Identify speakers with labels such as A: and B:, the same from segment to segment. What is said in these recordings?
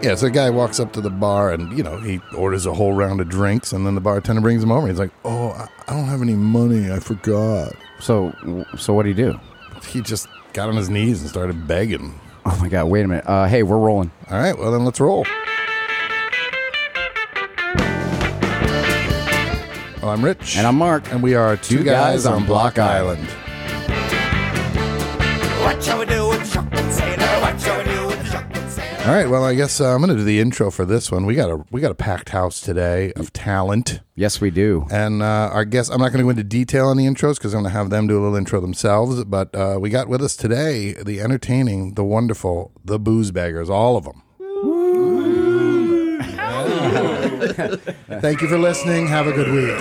A: Yeah, so the guy walks up to the bar and, you know, he orders a whole round of drinks and then the bartender brings him over. He's like, oh, I, I don't have any money. I forgot.
B: So, so what do you do?
A: He just got on his knees and started begging.
B: Oh my God! Wait a minute. Uh, hey, we're rolling.
A: All right, well, then let's roll. Well, I'm Rich.
B: And I'm Mark.
A: And we are two, guys, on Block Island.
C: What shall we do with drunken sailor? What shall we do with drunken sailor?
A: All right, well, I guess uh, I'm going to do the intro for this one. We got a we got a packed house today of talent.
B: Yes, we do.
A: And uh, our guest, I'm not going to go into detail on the intros because I'm going to have them do a little intro themselves. But uh, we got with us today the entertaining, the wonderful, the booze baggers, all of them. Thank you for listening. Have a good week.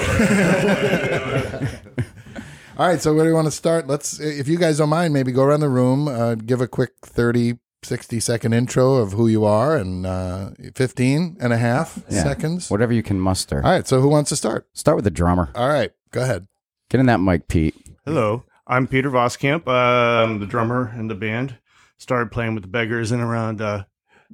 A: all right, so where do you want to start? Let's, if you guys don't mind, maybe go around the room, uh, give a quick 30, 60 second intro of who you are and uh, 15 and a half
B: Yeah.
A: seconds.
B: Whatever you can muster.
A: All right, so who wants to start?
B: Start with the drummer.
A: All right, go ahead.
B: Get in that mic, Pete.
D: Hello, I'm Peter Voskamp. Uh, I'm the drummer in the band. Started playing with the Beggars in around. Uh,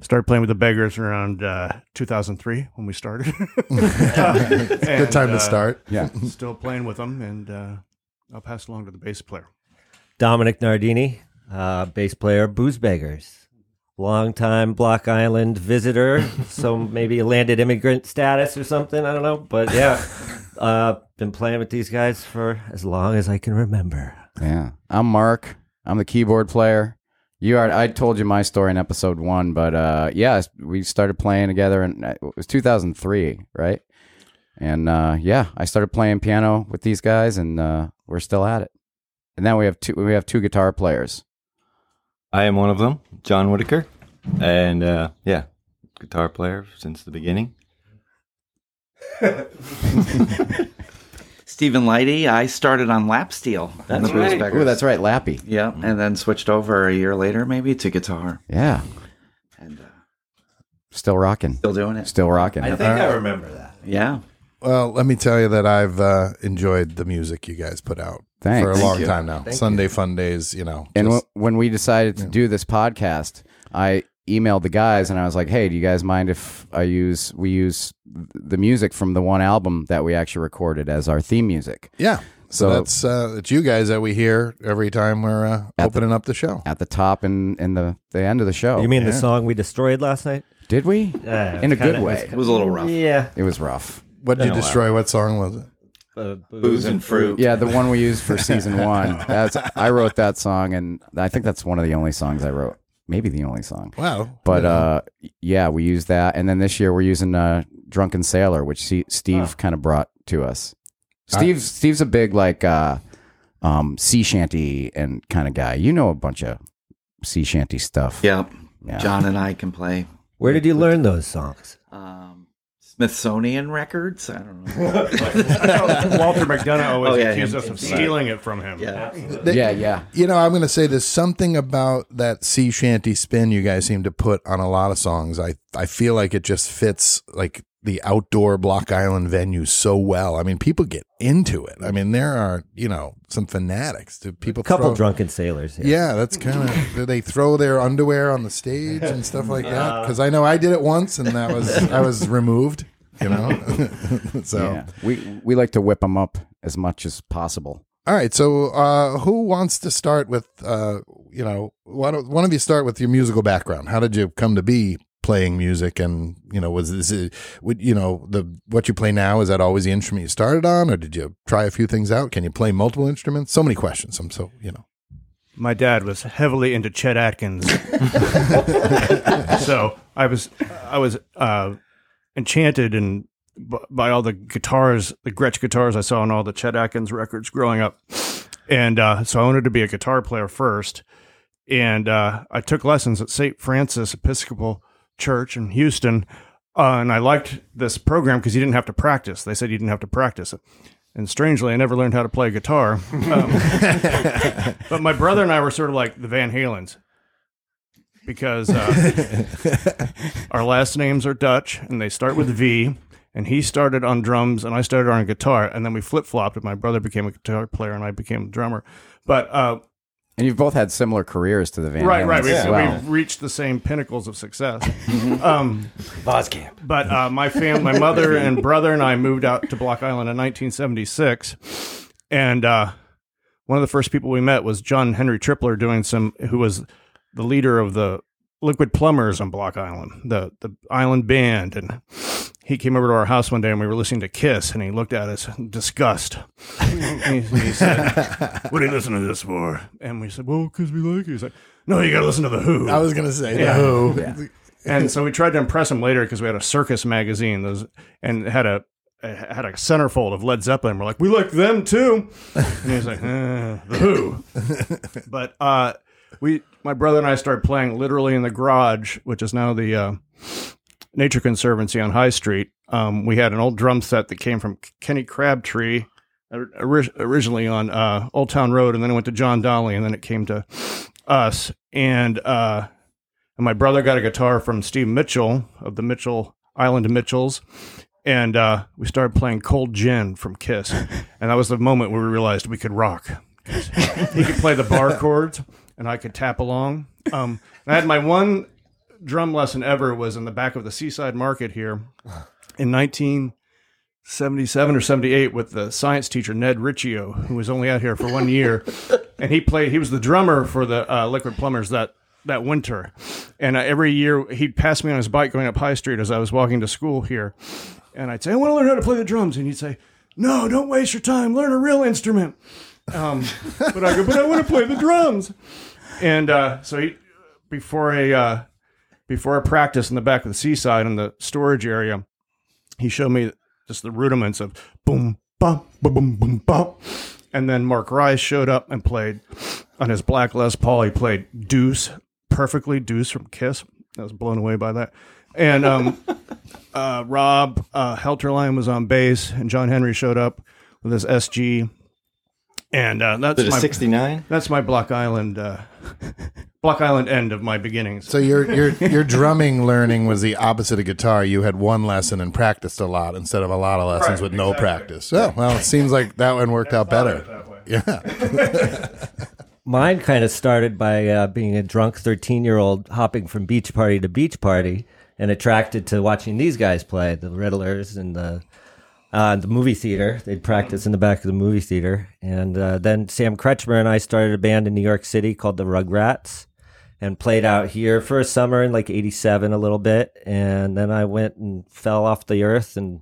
D: started playing with the Beggars around uh, 2003 when we started. uh,
A: Good time to start.
B: Yeah.
D: Still playing with them, and uh, I'll pass along to the bass player.
E: Dominic Nardini, uh, bass player, Booze Beggars. Longtime Block Island visitor, so maybe landed immigrant status or something. I don't know. But yeah, uh, been playing with these guys for as long as I can remember.
B: Yeah. I'm Mark. I'm the keyboard player. You are. I told you my story in episode one, but uh, yeah, we started playing together, and it was 2003, right? And uh, yeah, I started playing piano with these guys, and uh, we're still at it. And now we have two. We have two guitar players.
F: I am one of them, John Whitaker, and uh, yeah, guitar player since the beginning.
G: Stephen Lighty, I started on lap steel. That's Mm. right.
B: Ooh, that's right, Lappy.
G: Yeah, and then switched over a year later, maybe to guitar,
B: Yeah,
G: and uh,
B: still rocking,
G: still doing it.
B: still rocking.
E: I think I remember that.
G: Yeah,
A: Well, let me tell you that I've uh, enjoyed the music you guys put out
B: Thanks.
A: for a long
G: you.
A: time now. Sunday fun days, you know.
B: And
A: just-
B: wh- when we decided to do this podcast, I emailed the guys and I was like, "Hey, do you guys mind if I use we use th- the music from the one album that we actually recorded as our theme music
A: yeah. So,
B: So-
A: that's uh, it's you guys that we hear every time we're uh, opening up the show.
B: at the top and in the the end of the show?"
E: You mean the song we destroyed last night?
B: did we
E: Uh,
B: Oh, in a good
E: kinda-
B: way?
G: it was a little rough.
E: Yeah.
B: It was rough.
A: What did you destroy? What song was it?
E: Uh,
G: Booze and fruit.
B: Yeah, the one we used for season one. That's I wrote that song, and I think that's one of the only songs I wrote. Maybe the only song.
A: Wow.
B: But uh, yeah, we used that, and then this year we're using uh, "Drunken Sailor," which Se- Steve kind of brought to us. Steve, Steve's a big like uh, um, sea shanty and kind of guy. You know a bunch of sea shanty stuff.
G: yeah.
B: Yeah.
G: John and I can play
E: Where did you learn those songs?
G: um, Smithsonian records. I don't know.
D: Walter McDonough always
G: Oh, yeah,
D: accused
G: him.
D: us of stealing it from him.
G: yeah,
B: yeah, yeah.
A: You know, I'm going to say there's something about that sea shanty spin you guys seem to put on a lot of songs. I I feel like it just fits like the outdoor Block Island venue so well. I mean, people get into it. I mean, there are you know some fanatics. Do people
E: A couple
A: throw,
E: drunken sailors. Yeah.
A: Yeah, that's kind of. do they throw their underwear on the stage and stuff like that? Because I know I did it once, and that was I was removed. You know, so
B: Yeah. We we like to whip them up as much as possible.
A: all right. So uh, who wants to start with? Uh, you know, why don't one of you start with your musical background? How did you come to be playing music? And you know, was this it, would you know the what you play now? Is that always the instrument you started on, or did you try a few things out? Can you play multiple instruments? So many questions. I'm so you know.
D: My dad was heavily into Chet Atkins, so I was I was uh, enchanted and b- by all the guitars, the Gretsch guitars I saw on all the Chet Atkins records growing up, and uh, so I wanted to be a guitar player first, and uh, I took lessons at St. Francis Episcopal Church in Houston, uh, and I liked this program because you didn't have to practice. They said you didn't have to practice it. And strangely, I never learned how to play guitar. Um, but my brother and I were sort of like the Van Halens because uh, our last names are Dutch and they start with V. And he started on drums and I started on guitar. And then we flip flopped and my brother became a guitar player and I became a drummer. But uh,
B: And you've both had similar careers to the Van
D: right, right.
B: Halens
D: We've,
B: as well. Mm-hmm.
D: we've reached the same pinnacles of success. um,
G: Voskamp.
D: but uh, my fam, my mother and brother and I moved out to Block Island in 1976, and uh, one of the first people we met was John Henry Tripler, doing some who was the leader of the Liquid Plumbers on Block Island, the the island band, and he came over to our house one day and we were listening to Kiss, and he looked at us in disgust. he, he said, "What are you listening to this for?" And we said, "Well, because we like it." He's like, "No, you got to listen to the Who."
A: I was gonna say
D: Yeah.
A: no.
D: and so we tried to impress him later because we had a circus magazine those and it had a it had a centerfold of Led Zeppelin. We're like, we like them too, and he was like, eh, the Who. but uh, we, my brother and I, started playing literally in the garage, which is now the uh, Nature Conservancy on High Street. Um, we had an old drum set that came from Kenny Crabtree or- ori- originally on uh, Old Town Road, and then it went to John Dolly, and then it came to us. And uh, and my brother got a guitar from Steve Mitchell of the Mitchell Island Mitchells. And uh, we started playing Cold Gin from Kiss. And that was the moment where we realized we could rock. He could play the bar chords and I could tap along. Um, and I had my one drum lesson ever was in the back of the Seaside Market here in 1977 or 78 with the science teacher Ned Riccio, who was only out here for one year, and he played. He was the drummer for the uh, Liquid Plumbers that that winter, and uh, every year he'd pass me on his bike going up High Street as I was walking to school here, and I'd say, "I want to learn how to play the drums," and he'd say, "No, don't waste your time. Learn a real instrument." Um, but I go, "But I want to play the drums," and uh, so he before a uh, before a practice in the back of the seaside in the storage area, he showed me just the rudiments of boom, bum, boom, boom, boom, bum. And then Mark Rice showed up and played on his Black Les Paul. He played Deuce perfectly, Deuce from Kiss. I was blown away by that. And um, uh, Rob uh, Helterline was on bass, and John Henry showed up with his SG. And uh, that's
F: Is it a
D: my
F: 69?
D: that's my Block Island uh, Block Island end of my beginnings.
A: So your your your drumming learning was the opposite of guitar. You had one lesson and practiced a lot instead of a lot of lessons with no practice. Oh well, it seems like that one worked out better.
D: that way.
A: Yeah,
E: Mine kind of started by uh, being a drunk 13 year old hopping from beach party to beach party and attracted to watching these guys play the Riddlers and the uh, the movie theater. They'd practice in the back of the movie theater. And uh, then Sam Kretschmer and I started a band in New York City called the Rugrats and played out here for a summer in like 87 a little bit. And then I went and fell off the earth and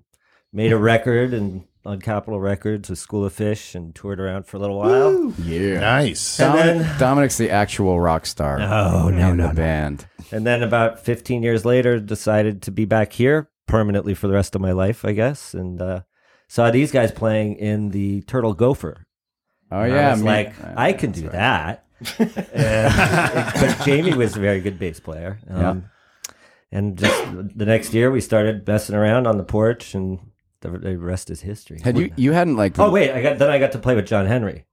E: made a record and on Capitol Records with School of Fish and toured around for a little while.
A: nice.
B: Dominic, Dominic's the actual rock star.
E: No, no,
B: in the band.
E: And then about 15 years later, decided to be back here permanently for the rest of my life, I guess. And uh, saw these guys playing in the Turtle Gopher.
B: Oh
E: And
B: yeah,
E: I was
B: me-
E: like,
B: uh,
E: I can do that. And- but Jamie was a very good bass player. Um,
B: Yeah.
E: And just the next year, we started messing around on the porch, and the, the rest is history.
B: Had you you hadn't like
E: Oh wait, I got then I got to play with John Henry,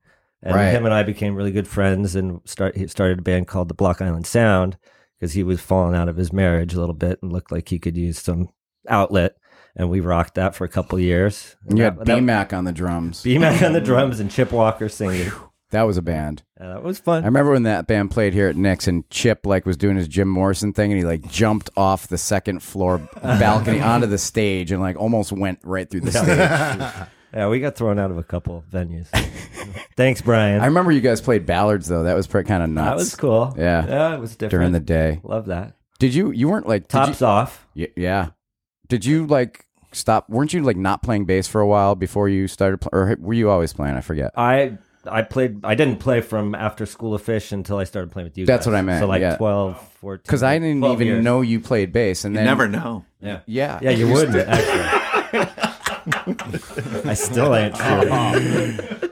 E: and
B: Right.
E: him and I became really good friends, and start he started a band called the Block Island Sound because he was falling out of his marriage a little bit and looked like he could use some outlet, and we rocked that for a couple years.
B: you had
E: that-
B: BMAC on the drums.
E: BMAC on the drums and Chip Walker singing.
B: that was a band.
E: And that was
B: I
E: fun.
B: remember when that band played here at Nick's and Chip like was doing his Jim Morrison thing and he like jumped off the second floor balcony onto the stage and like almost went right through the stage.
E: Yeah, we got thrown out of a couple venues. Thanks, Brian.
B: I remember you guys played Ballards though. That was pretty kind of nuts.
E: that was cool.
B: Yeah.
E: yeah, it was different
B: during the day.
E: Love that.
B: Did you you weren't like did you-
E: Tops off.
B: Y- yeah. Did you like stop? Weren't you like not playing bass for a while before you started, pl- or were you always playing? I forget.
E: I I played I didn't play from after School of Fish until I started playing with you.
B: That's
E: guys.
B: what I meant,
E: So like
B: yeah.
E: 12, 14.
B: Because I didn't
E: 12
B: even
E: years.
B: know you played bass, and
G: You
B: then
G: never know.
E: Yeah.
B: Yeah,
E: Yeah, you wouldn't actually. I still ain't
B: Oh,
E: sure.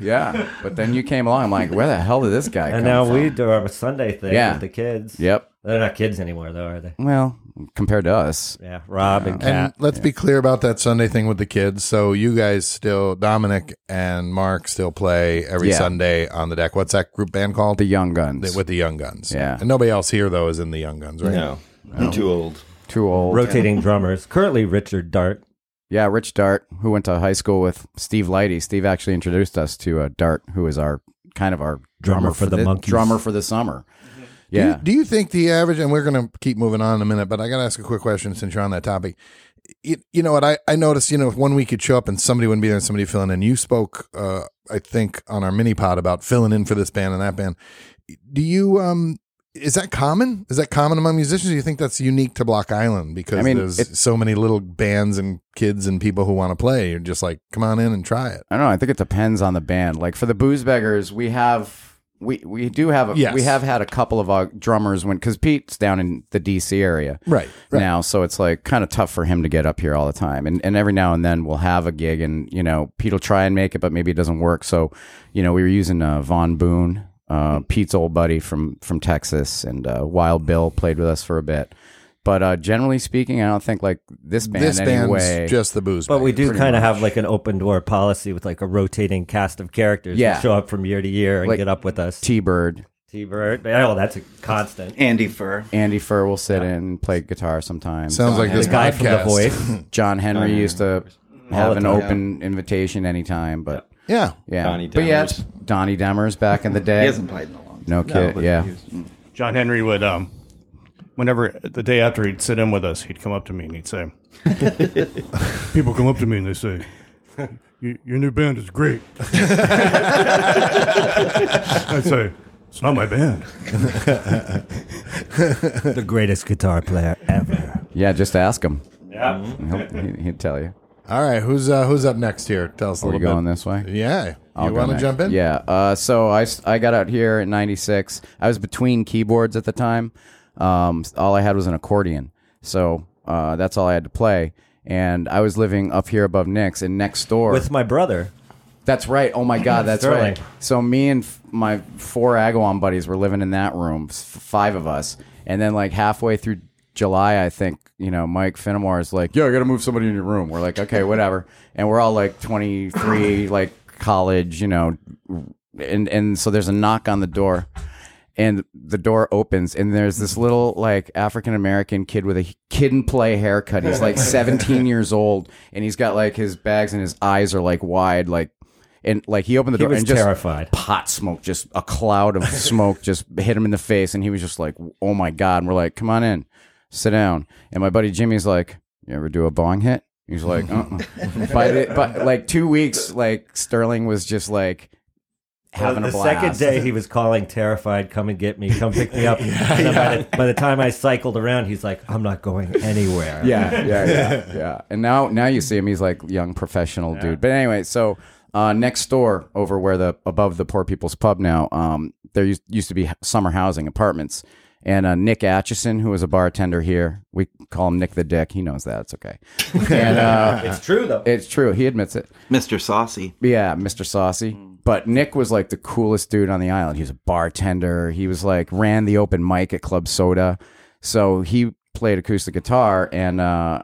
B: yeah. But then you came along. I'm like, where the hell did this guy?
E: And
B: come
E: now
B: from?
E: we do our Sunday thing
B: Yeah.
E: with the kids.
B: Yep.
E: They're not kids anymore though, are they?
B: Well, compared to us,
E: Yeah. Rob and
A: And
E: Kat.
A: let's be clear about that Sunday thing with the kids. So you guys still, Dominic and Mark still play every
B: Yeah.
A: Sunday on the deck. What's that group band called?
B: the Young Guns,
A: with the Young Guns.
B: Yeah.
A: and nobody else here though is in the Young Guns, right?
F: No. I'm too old.
B: too old.
E: Rotating drummers. Currently Richard Dart.
B: yeah, Rich Dart, who went to high school with Steve Lighty. Steve actually introduced us to uh, Dart, who is our kind of our
E: Drummer for the Monkees.
B: drummer for the summer. Yeah,
A: Do you think the average, and we're going to keep moving on in a minute, but I got to ask a quick question since you're on that topic. It, you know what? I, I noticed, you know, if one week you'd show up and somebody wouldn't be there and somebody filling in. You spoke, uh, I think, on our mini pod about filling in for this band and that band. Do you, um, is that common? Is that common among musicians? Do you think that's unique to Block Island because
B: I mean,
A: there's
B: it-
A: so many little bands and kids and people who want to play? You're just like, come on in and try it.
B: I don't know. I think it depends on the band. Like for the Booze Beggars, we have we we do have a,
A: Yes.
B: we have had a couple of our drummers when because Pete's down in the D.C. area
A: Right.
B: now, so it's like kind of tough for him to get up here all the time. And and every now and then we'll have a gig, and you know Pete will try and make it, but maybe it doesn't work. So you know we were using uh, Von Boone, uh, Pete's old buddy from from Texas, and uh, Wild Bill played with us for a bit. But uh, generally speaking, I don't think like this band
A: this band's
B: anyway.
A: just the booze.
E: But we
A: Beggars.
E: do kind of have like an open door policy with like a rotating cast of characters who
B: Yeah.
E: show up from year to year and
B: Like-
E: get up with us.
B: T Bird.
E: T Bird. Oh, that's a constant.
G: Andy Fur.
B: Andy Fur will sit in and play guitar sometimes.
A: Sounds like this
E: The guy from The
A: podcast.
E: Voice.
B: John Henry used to have an
E: the time.
B: open invitation anytime, but
A: Yeah.
B: yeah.
F: Donnie
B: but yeah,
F: Demers.
B: it's Donnie Demers back in the day.
G: He hasn't played in a long time.
B: no kid.
F: but
B: yeah.
D: John Henry would, um, whenever the day after he'd sit in with us, he'd come up to me and he'd say, "People come up to me and they say." "Y- Your new band is great. I'd say, it's not my band.
E: the greatest guitar player ever.
B: Yeah, just ask him. Yeah. He'll, he- he'd tell you.
A: All right. Who's uh, who's up next here? Tell us a
B: Are we
A: little bit.
B: going this way?
A: Yeah.
B: I'll
A: you
B: go
A: want to
B: next.
A: jump in?
B: Yeah. Uh, so I, s- I got out here in 96. I was between keyboards at the time. Um, s- all I had was an accordion. So uh, that's all I had to play. And I was living up here above Nick's, and next door
E: With my brother.
B: That's right. Oh my God, that's
E: Sterling.
B: right. So me and f- my four Agawam buddies were living in that room, s- five of us, and then like halfway through July, I think you know Mike Finnemore is like, "Yo, I got to move somebody in your room." We're like, "Okay, whatever," and we're all like twenty three, like college, you know, and and so there's a knock on the door. And the door opens, and there's this little like African American kid with a kid and play haircut. He's like 17 years old, and he's got like his bags, and his eyes are like wide, like and like he opened the
E: He
B: door
E: was
B: and just
E: terrified.
B: pot smoke, just a cloud of smoke just hit him in the face, and he was just like, "Oh my god!" And we're like, "Come on in, sit down." And my buddy Jimmy's like, "You ever do a bong hit?" He's like, "Uh." By the, but like two weeks, like Sterling was just like having
E: the
B: a blast.
E: second day, he was calling terrified, "Come and get me! Come pick me up!" And then by, the, by the time I cycled around, he's like, "I'm not going anywhere."
B: yeah, yeah, yeah, yeah. And now, now you see him. He's like young professional dude. But anyway, so uh, next door over where the above the poor people's pub now, um, there used, used to be summer housing apartments. And uh, Nick Atchison, who was a bartender here, we call him Nick the Dick. He knows that. It's okay. And uh,
E: it's true though.
B: it's true. He admits it.
G: Mr. Saucy.
B: Yeah, Mr. Saucy. But Nick was like the coolest dude on the island. He was a bartender. He was like ran the open mic at Club Soda. So he played acoustic guitar and uh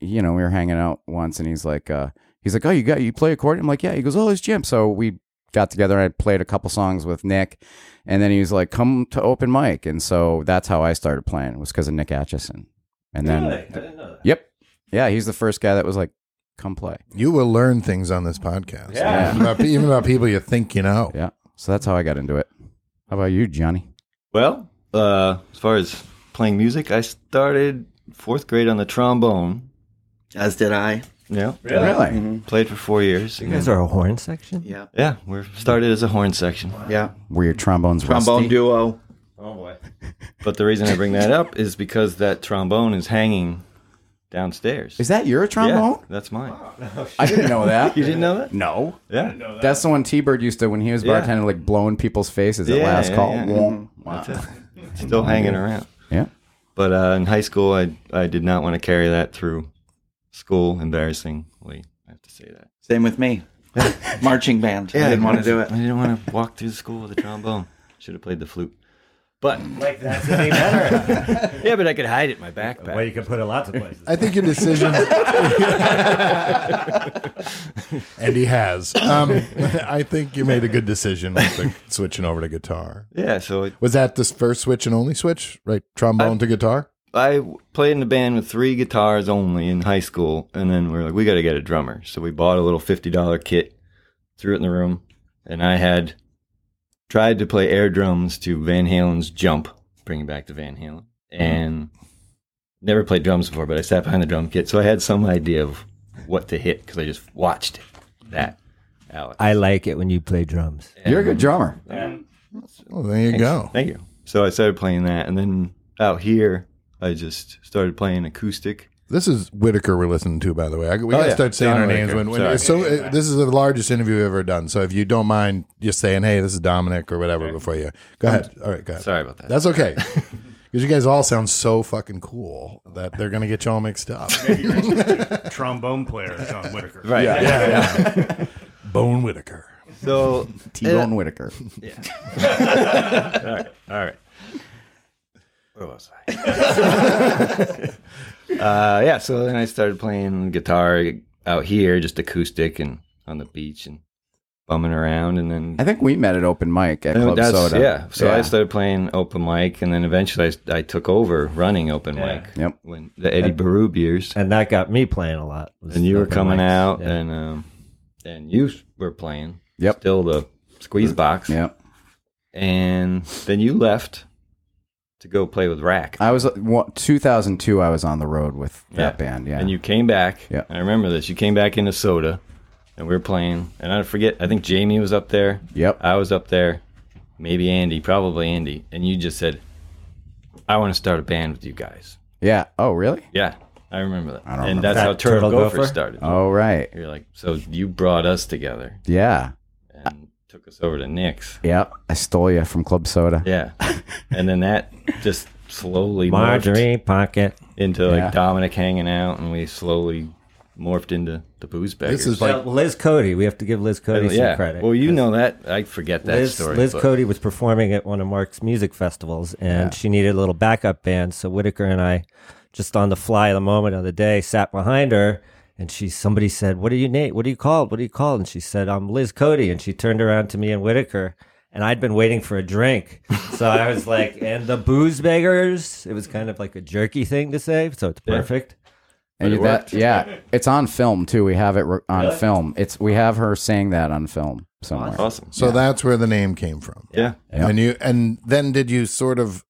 B: you know, we were hanging out once and he's like uh he's like, "Oh, you got you play accordion?" I'm like, "Yeah." He goes, "Oh, it's Jim." So we got together and I played a couple songs with Nick and then he was like, "Come to open mic." And so that's how I started playing was cuz of Nick Atchison. And then Yep. Yeah, he's the first guy that was like, "Come play."
A: You will learn things on this podcast.
B: Yeah.
A: About- even about people you think you know.
B: Yeah. So that's how I got into it. How about you, Johnny?
F: Well, uh, as far as playing music, I started fourth grade on the trombone.
G: As did I.
F: Yeah,
B: Really?
F: played for four years.
E: You guys are a horn section.
G: Yeah.
F: yeah, we are started as a horn section.
G: Yeah.
B: Were your trombones
G: Trombone
B: rusty?
G: duo.
F: But the reason I bring that up is because that trombone is hanging downstairs.
B: Is that your
F: yeah,
B: trombone?
F: that's mine.
B: I didn't know that.
F: You didn't know that?
B: no.
F: Yeah,
B: That's the one T Bird used to when he was
F: Yeah.
B: bartending, like blowing people's faces at
F: Yeah,
B: last
F: yeah,
B: call.
F: yeah.
B: Wah. Wow.
F: that's it. Still hanging around.
B: Yeah.
F: But uh, in high school, I I did not want to carry that through school. Embarrassingly, I have to say that.
G: Same with me. Marching band. I didn't want to do it.
F: I didn't want to walk through school with a trombone. Should have played the flute. But
E: Like that's any better.
F: yeah, but I could hide it in my backpack.
E: well, you can put it lots of places.
A: I think your decision. and he has. Um, I think you made a good decision with the switching over to guitar.
F: Yeah, so it,
A: Was that the first switch and only switch? Right, trombone to guitar.
F: I played in a band with three guitars only in high school, and then we were like, we got to get a drummer. So we bought a little fifty dollar kit, threw it in the room, and I had tried to play air drums to Van Halen's Jump, bringing back to Van Halen, and never played drums before, but I sat behind the drum kit, so I had some idea of what to hit because I just watched that. Alex.
E: I like it when you play drums.
B: You're a good drummer.
A: Well, Oh, there you go.
F: Thank you. So I started playing that, and then out here, I just started playing acoustic.
A: This is Whitaker we're listening to, by the way. I, we
F: Oh,
A: gotta
F: yeah.
A: start saying
F: Don
A: our names
F: Whitaker.
A: when, when
F: Sorry.
A: so. uh, This is the largest interview we've ever done. So if you don't mind just saying, "Hey, this is Dominic" or whatever before you go ahead. All right, go ahead.
F: Sorry about that.
A: That's okay. Because you guys all sound so fucking cool that they're gonna get you all mixed up.
D: Trombone player John Whitaker.
F: right. Yeah.
A: Bone Whitaker.
F: So
B: T Bone Whitaker.
F: all right. Where was I? uh, yeah. So then I started playing guitar out here, just acoustic and on the beach and bumming around, and then
B: I think we met at open mic at
F: And
B: Club
F: that's-
B: Soda.
F: Yeah. So I
B: Yeah.
F: started playing open mic, and then eventually I s- I, took over running open mic.
B: Yep.
F: When the Eddie Barube years,
E: And that got me playing a lot. was
F: and you were
E: open
F: coming
E: mics.
F: out,
E: Yeah.
F: and um, and you s- were playing.
B: Yep. Mm.
F: Still the squeeze box.
B: Yep.
F: And then you left to go play with Rack.
B: I was uh, what, 2002. I was on the road with
F: Yeah.
B: that band. Yeah.
F: And you came back.
B: Yeah.
F: I remember this. You came back into Soda, and we were playing. And I forget. I think Jamie was up there.
B: Yep.
F: I was up there. Maybe Andy. Probably Andy. And you just said, "I want to start a band with you guys."
B: yeah. Oh, really?
F: Yeah, I remember that.
B: don't
F: and
B: remember
F: that's how
E: That Turtle
F: Turtle, Gopher,
E: Gopher?
F: started.
B: Oh, right.
F: You're like, so you brought us together
B: Yeah.
F: and took us over to Nick's.
B: Yep. I stole you from Club Soda.
F: Yeah, and then that just slowly morphed
E: Marjorie Pocket.
F: into like
B: Yeah.
F: Dominic hanging out, and we slowly morphed into the booze beggars.
A: This is like
E: Well, Liz Cody. We have to give Liz Cody
F: yeah.
E: some credit.
F: Well, you know that. I forget that
E: Liz,
F: story.
E: Liz
F: but-
E: Cody was performing at one of Mark's music festivals, and she needed a little backup band. So Whitaker and I, just on the fly, of the moment of the day, sat behind her. And she, somebody said, "What are you, Nate? What are you called? What are you called?" And she said, "I'm Liz Cody." And she turned around to me and Whitaker, and I'd been waiting for a drink, so I was like, "And the booze beggars." It was kind of like a jerky thing to say, so it's perfect.
B: And
F: it
B: you- that,
F: worked.
B: yeah, it's on film too. We have it re- on film. It's we have her saying that on film somewhere.
F: awesome.
A: so that's where the name came from.
F: Yeah.
B: Yeah.
A: And you and then did you sort of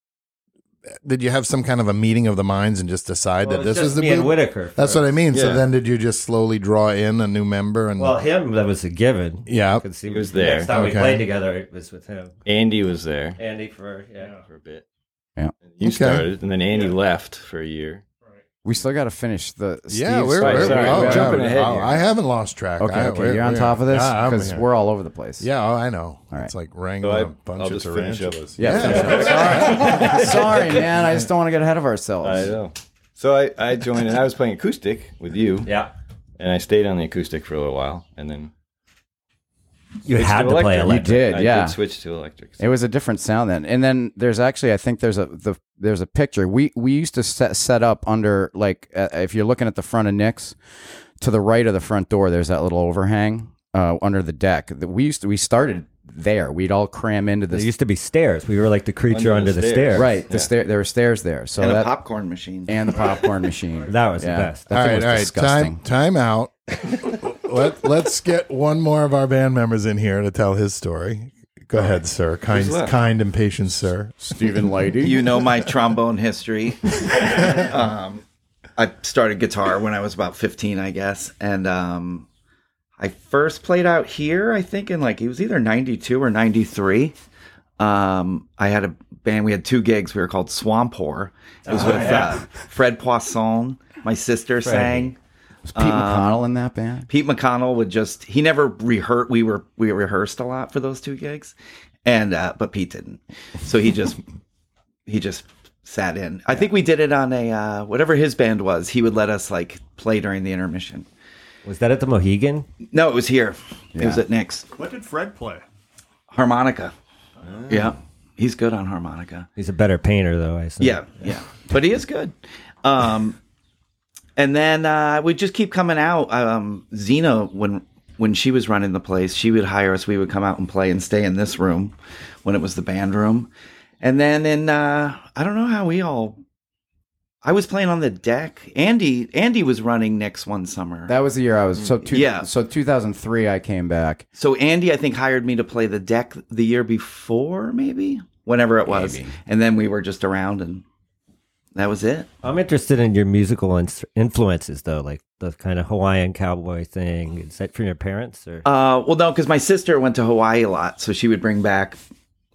A: did you have some kind of a meeting of the minds and just decide
E: Well,
A: that
E: it
A: this
E: was
A: is
E: just
A: the
E: me and
A: boo-
E: Whitaker.
A: That's what I mean. So
F: Yeah.
A: then did you just slowly draw in a new member and
E: Well, him that was a given.
A: yeah.
E: Could see
F: He was
E: the
F: there.
E: Next time we
A: Okay.
E: played together, it was with him.
F: Andy was there
E: Andy for yeah.
F: for a bit.
B: Yeah.
F: You
A: Okay.
F: started, and then Andy left for a year.
B: We still got to finish the.
A: Yeah,
B: Steve's
A: we're,
F: Sorry,
A: we're-
F: sorry,
A: oh,
F: we're
A: yeah,
F: jumping ahead
A: oh,
F: here.
A: I haven't lost track.
B: Okay,
A: I-
B: okay,
A: we're-
B: you're on
A: we're-
B: top of this
A: Yeah, I'm
B: because
A: here.
B: we're all over the place.
A: Yeah, oh, I know.
B: right.
A: It's like wrangling
F: So I-
A: a bunch
F: I'll
A: of
F: just finish up.
A: tarantulas.
B: Yeah, finish up. Sorry, sorry, man. I just don't want to get ahead of ourselves.
F: I know. So I, I joined and I was playing acoustic with you.
E: Yeah.
F: And I stayed on the acoustic for a little while and then
E: You
F: It's
E: had
F: the
E: to play
F: electric.
B: You
E: electric.
B: did,
F: I
B: yeah.
F: did switch to electric.
B: It was a different sound then. And then there's actually, I think there's a the there's a picture. We we used to set set up under like uh, if you're looking at the front of Nick's, to the right of the front door, there's that little overhang uh, under the deck. That we used to, we started there. We'd all cram into
E: There
B: this.
E: used to be stairs. We were like the creature
F: Under
E: under,
F: the
E: the,
F: stairs.
E: stairs.
B: right, the
F: Yeah.
B: stair. There were stairs there. So
G: and
B: that
G: a popcorn machine.
B: and the popcorn machine.
E: That was
B: Yeah.
E: the best.
B: That
A: all
B: thing
A: right,
B: was
A: all right.
B: disgusting.
A: Time, time out. Let, let's get one more of our band members in here to tell his story. Go ahead, sir. Kind,
F: left?
A: kind and patient, sir.
B: Stephen Lighty.
G: you know my trombone history. um, I started guitar when I was about 15, I guess. And um, I first played out here, I think, in like, it was either 92 or 93. Um, I had a band, we had two gigs. We were called Swamp Whore. It was with uh, Fred Poisson. My sister sang.
B: was Pete
G: Uh,
B: McConnell in that band?
G: Pete McConnell would just he never rehearsed. We were we rehearsed a lot for those two gigs, and uh, but Pete didn't, so he just he just sat in. I think we did it on a uh, whatever his band was. He would let us like play during the intermission.
E: Was that at the Mohegan?
G: No, it was here. It was at Nick's
D: What did Fred play?
G: harmonica. Yeah, he's good on harmonica.
E: He's a better painter though, I assume.
G: Yeah, yeah. But he is good. Um, and then uh, we just keep coming out. Um, Zena, when when she was running the place, she would hire us. We would come out and play and stay in this room when it was the band room. And then in uh, I don't know how we all. I was playing on the deck. Andy Andy was running Nick's one summer.
B: That was the year I was so two,
G: Yeah.
B: So 2003, I came back.
G: so Andy, I think, hired me to play the deck the year before, maybe whenever it was, and then we were just around, and that was it.
E: I'm interested in your musical ins- influences, though, like the kind of Hawaiian cowboy thing. Is that from your parents or
G: Uh, well, no, because my sister went to Hawaii a lot, so she would bring back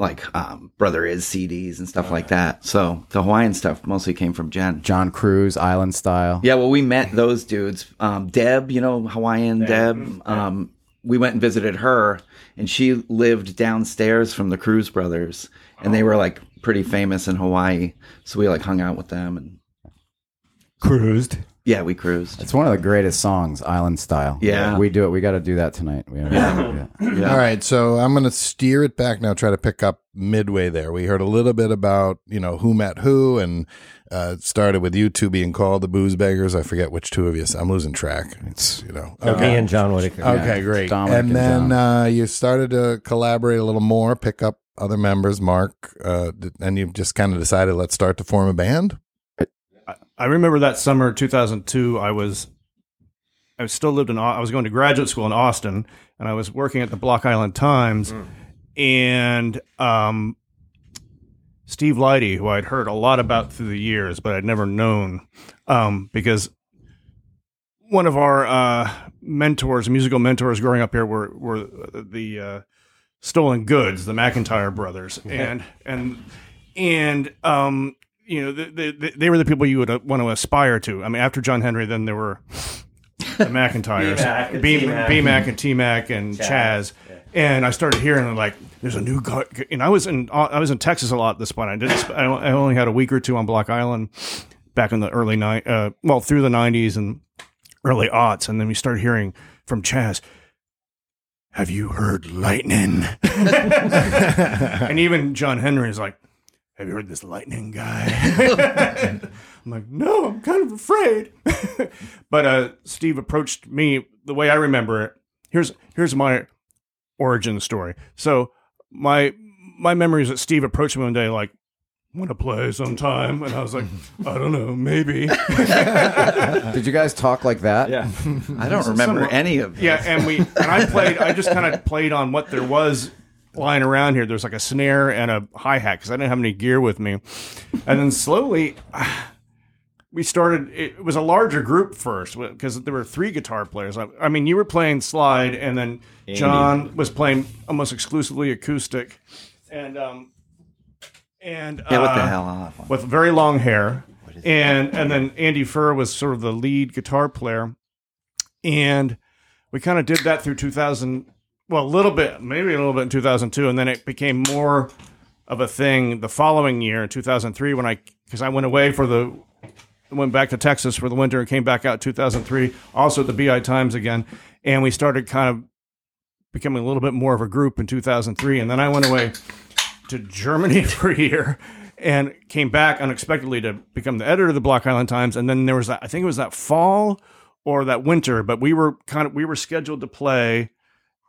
G: like um, brother is CDs and stuff like that. So the Hawaiian stuff mostly came from Jen.
B: John Cruise, Island Style.
G: Yeah, well, we met those dudes. Um, Deb, you know, Hawaiian Deb. Um, we went and visited her, and she lived downstairs from the Cruz brothers, and they were like pretty famous in Hawaii. So we like hung out with them, and
E: cruised?
G: yeah, we cruised.
B: It's one of the greatest songs, Island Style.
G: Yeah.
B: We do it. We got to do that tonight. We yeah.
G: Yeah.
A: All right, so I'm going to steer it back now. Try to pick up midway there. We heard a little bit about you know who met who, and uh, it started with you two being called the booze beggars. I forget which two of you. I'm losing track. It's you know
E: Me and John Whitaker.
A: Okay, great.
B: Dominic
A: and
B: and
A: then
B: John.
A: uh, you started to collaborate a little more, pick up other members, Mark, uh, d- and you just kind of decided let's start to form a band.
D: I remember that summer 2002 I was I still lived in Au- I was going to graduate school in Austin and I was working at the Block Island Times and um Steve Lighty who I'd heard a lot about through the years but I'd never known um because one of our uh mentors musical mentors growing up here were were the uh Stolen Goods, the McIntyre brothers, and and and um, you know, they, they, they were the people you would uh, want to aspire to. I mean, after John Henry, then there were the
E: B-Mac
D: McIntyres,
E: and
D: B
E: T-Mac.
D: B Mac and T Mac and Chaz, and I started hearing like, there's a new guy, and I was in I was in Texas a lot at this point. I didn't, I I only had a week or two on Block Island back in the early night, uh, well, through the '90s and early aughts, and then we started hearing from Chaz. Have you heard lightning? and even John Henry is like, Have you heard this lightning guy? I'm like, No, I'm kind of afraid. but uh, Steve approached me the way I remember it. Here's here's my origin story. So my my memory is that Steve approached me one day like, Want to play sometime? And I was like, I don't know, maybe.
B: Did you guys talk like that?
F: Yeah.
G: I don't remember
D: somewhat-
G: any of this.
D: Yeah, and we and I played. I just kind of played on what there was lying around here. There's like a snare and a hi hat because I didn't have any gear with me. And then slowly, we started. It was a larger group first because there were three guitar players. I, I mean, you were playing slide, and then John was playing almost exclusively acoustic, and um, and
G: Yeah, what the
D: uh,
G: hell? I'll have one.
D: with very long hair, and and then Andy Furr was sort of the lead guitar player, and we kind of did that through 2000. Well, a little bit, maybe a little bit in 2002, and then it became more of a thing the following year, 2003, when I because I went away for the went back to Texas for the winter and came back out 2003, also at the BI Times again, and we started kind of becoming a little bit more of a group in 2003, and then I went away to Germany for a year and came back unexpectedly to become the editor of the Block Island Times. And then there was that, I think it was that fall or that winter, but we were kind of, we were scheduled to play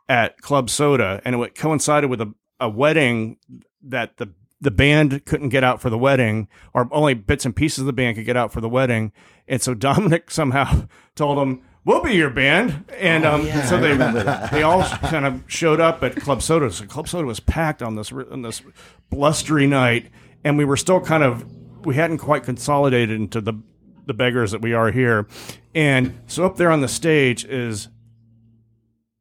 D: at Club Soda and it coincided with a, a wedding that the, the band couldn't get out for the wedding or only bits and pieces of the band could get out for the wedding. And so Dominic somehow told them, We'll be your band, and um, so they they all kind of showed up at Club Soda. So Club Soda was packed on this on this blustery night, and we were still kind of we hadn't quite consolidated into the the beggars that we are here. And so up there on the stage is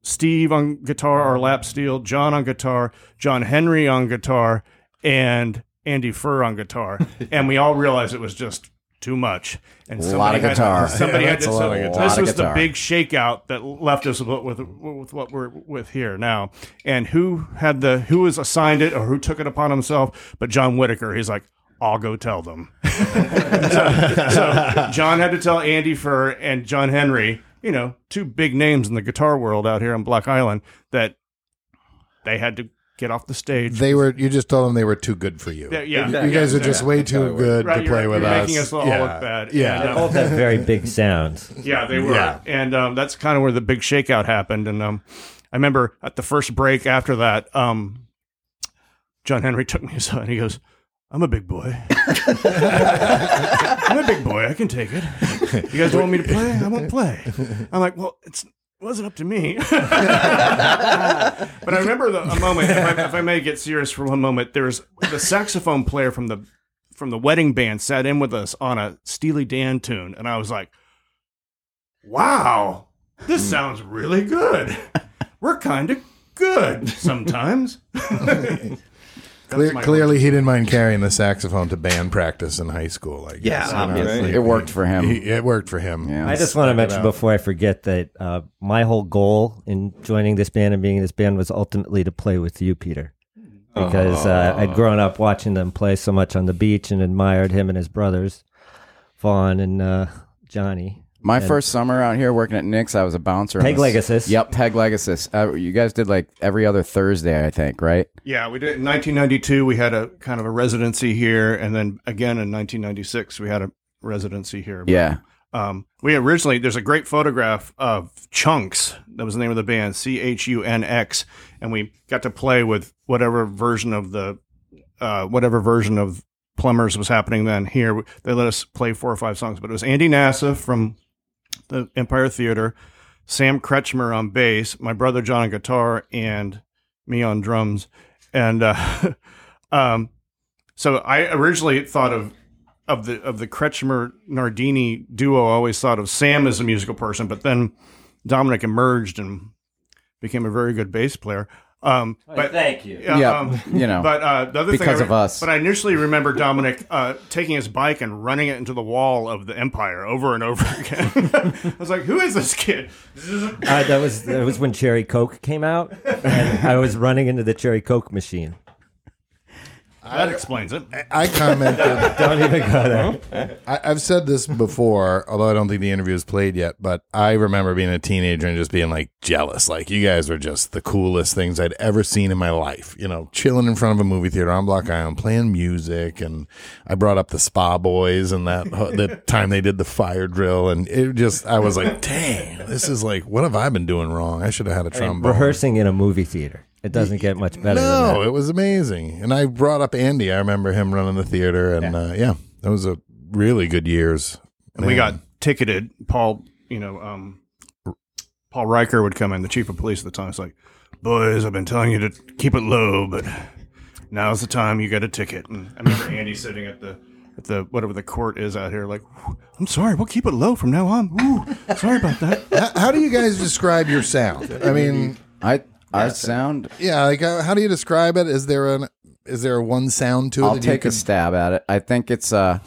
D: Steve on guitar or lap steel, John on guitar, John Henry on guitar, and Andy Furr on guitar. and we all realized it was just too much. And
B: A lot of
D: somebody had-
B: guitar.
D: somebody
B: Yeah,
D: had
B: that's a
D: to.
B: lot of
D: so
B: guitar.
D: This
B: Lot of
D: was the
B: guitar.
D: big shakeout that left us with, with with what we're with here now. And who had the who was assigned it or who took it upon himself? But John Whitaker. He's like, I'll go tell them. so John had to tell Andy Furr and John Henry, you know, two big names in the guitar world out here on Black Island, that they had to get off the stage.
A: They were you just told them they were too good for you.
D: Yeah, yeah.
A: you you guys are just way too good
D: Right,
A: to
D: you're-
A: play with
D: you're
A: us.
D: making us all
A: yeah.
D: look bad.
A: Yeah.
D: And, um,
E: All that very big sounds.
D: Yeah, they were.
A: Yeah.
D: And um, that's kind of where the big shakeout happened. And um, I remember at the first break after that, um, John Henry took me aside and he goes, I'm a big boy. I'm a big boy. can take it. You guys want me to play? I won't play. I'm like, well, it's it wasn't up to me. but I remember the, a moment. If I, if I may get serious for one moment, there was the saxophone player from the from the wedding band sat in with us on a Steely Dan tune, and I was like, wow, this sounds really good. We're kind of good sometimes.
A: Clear,
D: my
A: clearly, he didn't mind carrying the saxophone to band practice in high school. I
G: Yeah,
A: guess. you know?
G: obviously.
B: It worked for him.
A: He- it worked for him.
B: Yeah.
E: I just want to mention
A: out.
E: before I forget that uh, my whole goal in joining this band and being in this band was ultimately to play with you, Peter. Because uh, I'd grown up watching them play so much on the beach and admired him and his brothers, Vaughn and uh, Johnny.
B: My first summer out here working at Nick's, I was a bouncer. on
E: Peg
B: the-
E: leg assist.
B: Yep, Peg leg assist. Uh, you guys did like every other Thursday, I think, right?
D: Yeah, we did. In 1992, we had a kind of a residency here, and then again in 1996, we had a residency here.
B: Yeah.
D: Um, we originally there's a great photograph of Chunks. That was the name of the band, C H U N X, and we got to play with whatever version of the uh, whatever version of Plumbers was happening then. Here they let us play four or five songs, but it was Andy Nassif from the Empire Theater, Sam Kretschmer on bass, my brother John on guitar, and me on drums. And uh, um, so I originally thought of of the of the Kretschmer Nardini duo. I always thought of Sam as a musical person, but then Dominic emerged and became a very good bass player. Um, but
E: Thank you.
D: yeah,
B: Yeah,
D: um,
B: you know.
D: But uh, the other
B: Because
D: thing I
B: of us.
D: But I initially remember Dominic uh, taking his bike and running it into the wall of the Empire over and over again. I was like, "Who is this kid?"
E: Uh, that was that was when Cherry Coke came out, and I was running into the Cherry Coke machine.
D: That explains it.
A: I commented.
E: Don't even go there.
A: I, I've said this before, although I don't think the interview is played yet. But I remember being a teenager and just being like jealous. Like you guys were just the coolest things I'd ever seen in my life. You know, chilling in front of a movie theater on Block Island, playing music, and I brought up the Spa Boys and that the time they did the fire drill, and it just I was like, dang, this is like what have I been doing wrong? I should have had a trombone.
E: Rehearsing in a movie theater. It doesn't get much better than
A: No,
E: that.
A: it was amazing. And I brought up Andy. I remember him running the theater, and yeah, uh, yeah that was a really good years.
D: And we
A: Man.
D: got ticketed. Paul, you know, um, Paul Riker would come in, the chief of police at the time. It's like, boys, I've been telling you to keep it low, but now's the time you get a ticket. And I remember Andy sitting at the at the whatever the court is out here, like, "Whew, I'm sorry, we'll keep it low from now on. Ooh, sorry about that.
A: how, how do you guys describe your sound? I mean,
B: I our sound.
A: yeah, like uh, how, how do you describe it? Is there an is there a one sound to it?
B: I'll
A: that you
B: take a
A: could-
B: stab at it. I think it's a,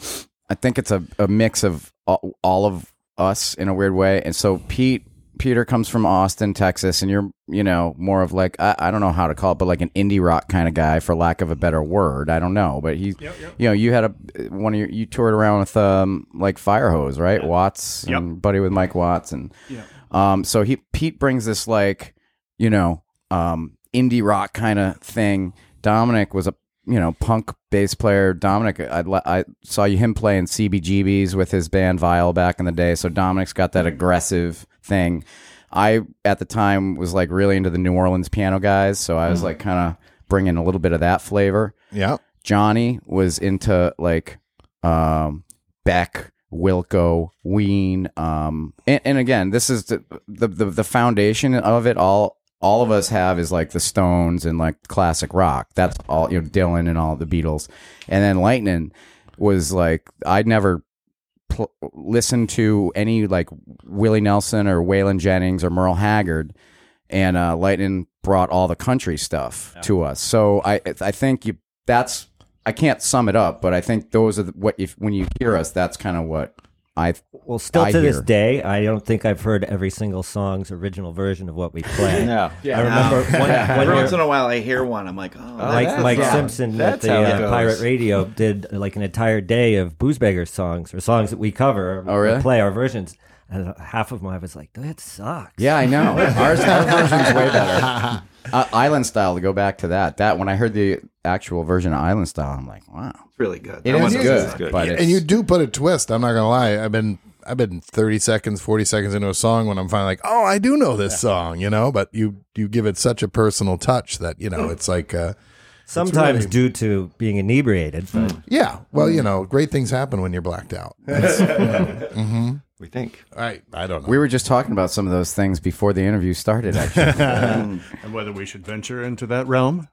B: I think it's a, a mix of all, all of us in a weird way. And so Pete, Peter comes from Austin, Texas, and you're, you know, more of like I, I don't know how to call it, but like an indie rock kind of guy, for lack of a better word. I don't know, but he, you know, you had a one of your, you toured around with um like Firehose, right? Watts,
D: Yep.
B: and buddy with Mike Watts, and um, so he Pete brings this like, you know, um, indie rock kind of thing. Dominic was a you know punk bass player. Dominic, I, I saw him playing CBGBs with his band Vile back in the day. So Dominic's got that aggressive thing. I at the time was like really into the New Orleans piano guys, so I was like kind of bringing a little bit of that flavor.
A: Yeah,
B: Johnny was into like um, Beck, Wilco, Ween, um, and, and again, this is the, the the the foundation of it all. All of us have is like the Stones and like classic rock. That's all you know, Dylan and all the Beatles, and then Lightning was like I'd never pl- listen to any like Willie Nelson or Waylon Jennings or Merle Haggard, and uh, Lightning brought all the country stuff to us. So I I think you that's I can't sum it up, but I think those are the, what if when you hear us, that's kind of what I
E: Well, still
B: I
E: to this
B: hear.
E: day, I don't think I've heard every single song's original version of what we play.
F: No.
E: I remember one,
G: Every
E: one
G: once in
E: year,
G: a while, I hear one. I'm like, oh,
E: Mike,
F: that's
E: Mike
F: how-
E: Simpson at
F: that's
E: the
F: how it
E: uh,
F: goes.
E: Pirate Radio did uh, like an entire day of Boozbeggar songs or songs that we cover or
B: Oh, really?
E: play our versions. And half of them I was like, that sucks.
B: yeah I know ours our version's way better. Uh, Island style to go back to that that when I heard the actual version of Island style, I'm like wow,
G: it's really good.
B: it
G: That
B: is
G: one
B: good,
G: good.
B: but it's,
A: and you do put a twist. I'm not gonna lie. I've been I've been 30 seconds, 40 seconds into a song when I'm finally like, oh, I do know this song, you know. But you you give it such a personal touch that you know it's like. Uh,
E: Sometimes
A: really- Hmm.
E: due to being inebriated, but
A: Yeah. Well, you know, great things happen when you're blacked out. That's-
F: We think.
A: I I don't know.
H: We were just talking about some of those things before the interview started, actually.
D: and whether we should venture into that realm.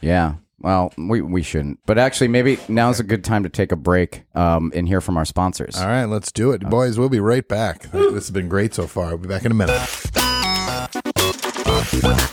H: yeah. Well, we, we shouldn't. But actually, maybe now's a good time to take a break um, and hear from our sponsors.
A: All right, let's do it, boys. We'll be right back. This has been great so far. We'll be back in a minute.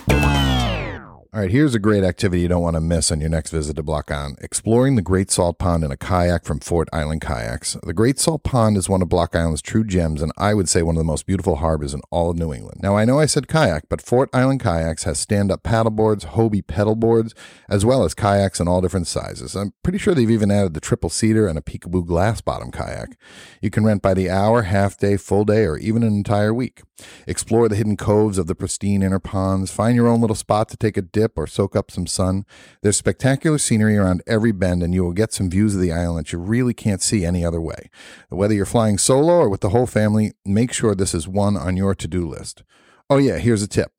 A: All right, here's a great activity you don't want to miss on your next visit to Block Island. Exploring the Great Salt Pond in a kayak from Fort Island Kayaks. The Great Salt Pond is one of Block Island's true gems and I would say one of the most beautiful harbors in all of New England. Now, I know I said kayak, but Fort Island Kayaks has stand-up paddleboards, Hobie pedal boards, as well as kayaks in all different sizes. I'm pretty sure they've even added the triple seater and a peekaboo glass bottom kayak. You can rent by the hour, half day, full day, or even an entire week. Explore the hidden coves of the pristine inner ponds. Find your own little spot to take a dip or soak up some sun. There's spectacular scenery around every bend, and you will get some views of the island that you really can't see any other way. Whether you're flying solo or with the whole family, make sure this is one on your to do list. Oh, yeah, here's a tip.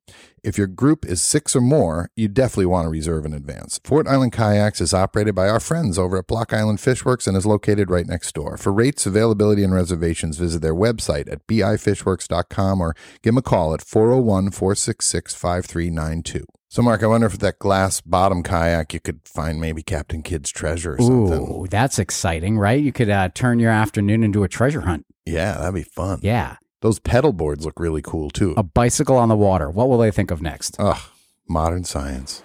A: If your group is six or more, you definitely want to reserve in advance. Fort Island Kayaks is operated by our friends over at Block Island Fishworks and is located right next door. For rates, availability, and reservations, visit their website at bifishworks.com or give them a call at 401 466 5392. So, Mark, I wonder if that glass bottom kayak you could find maybe Captain Kidd's treasure or something.
B: Ooh, that's exciting, right? You could uh, turn your afternoon into a treasure hunt.
A: Yeah, that'd be fun.
B: Yeah.
A: Those pedal boards look really cool too.
B: A bicycle on the water. What will they think of next?
A: Ugh, modern science.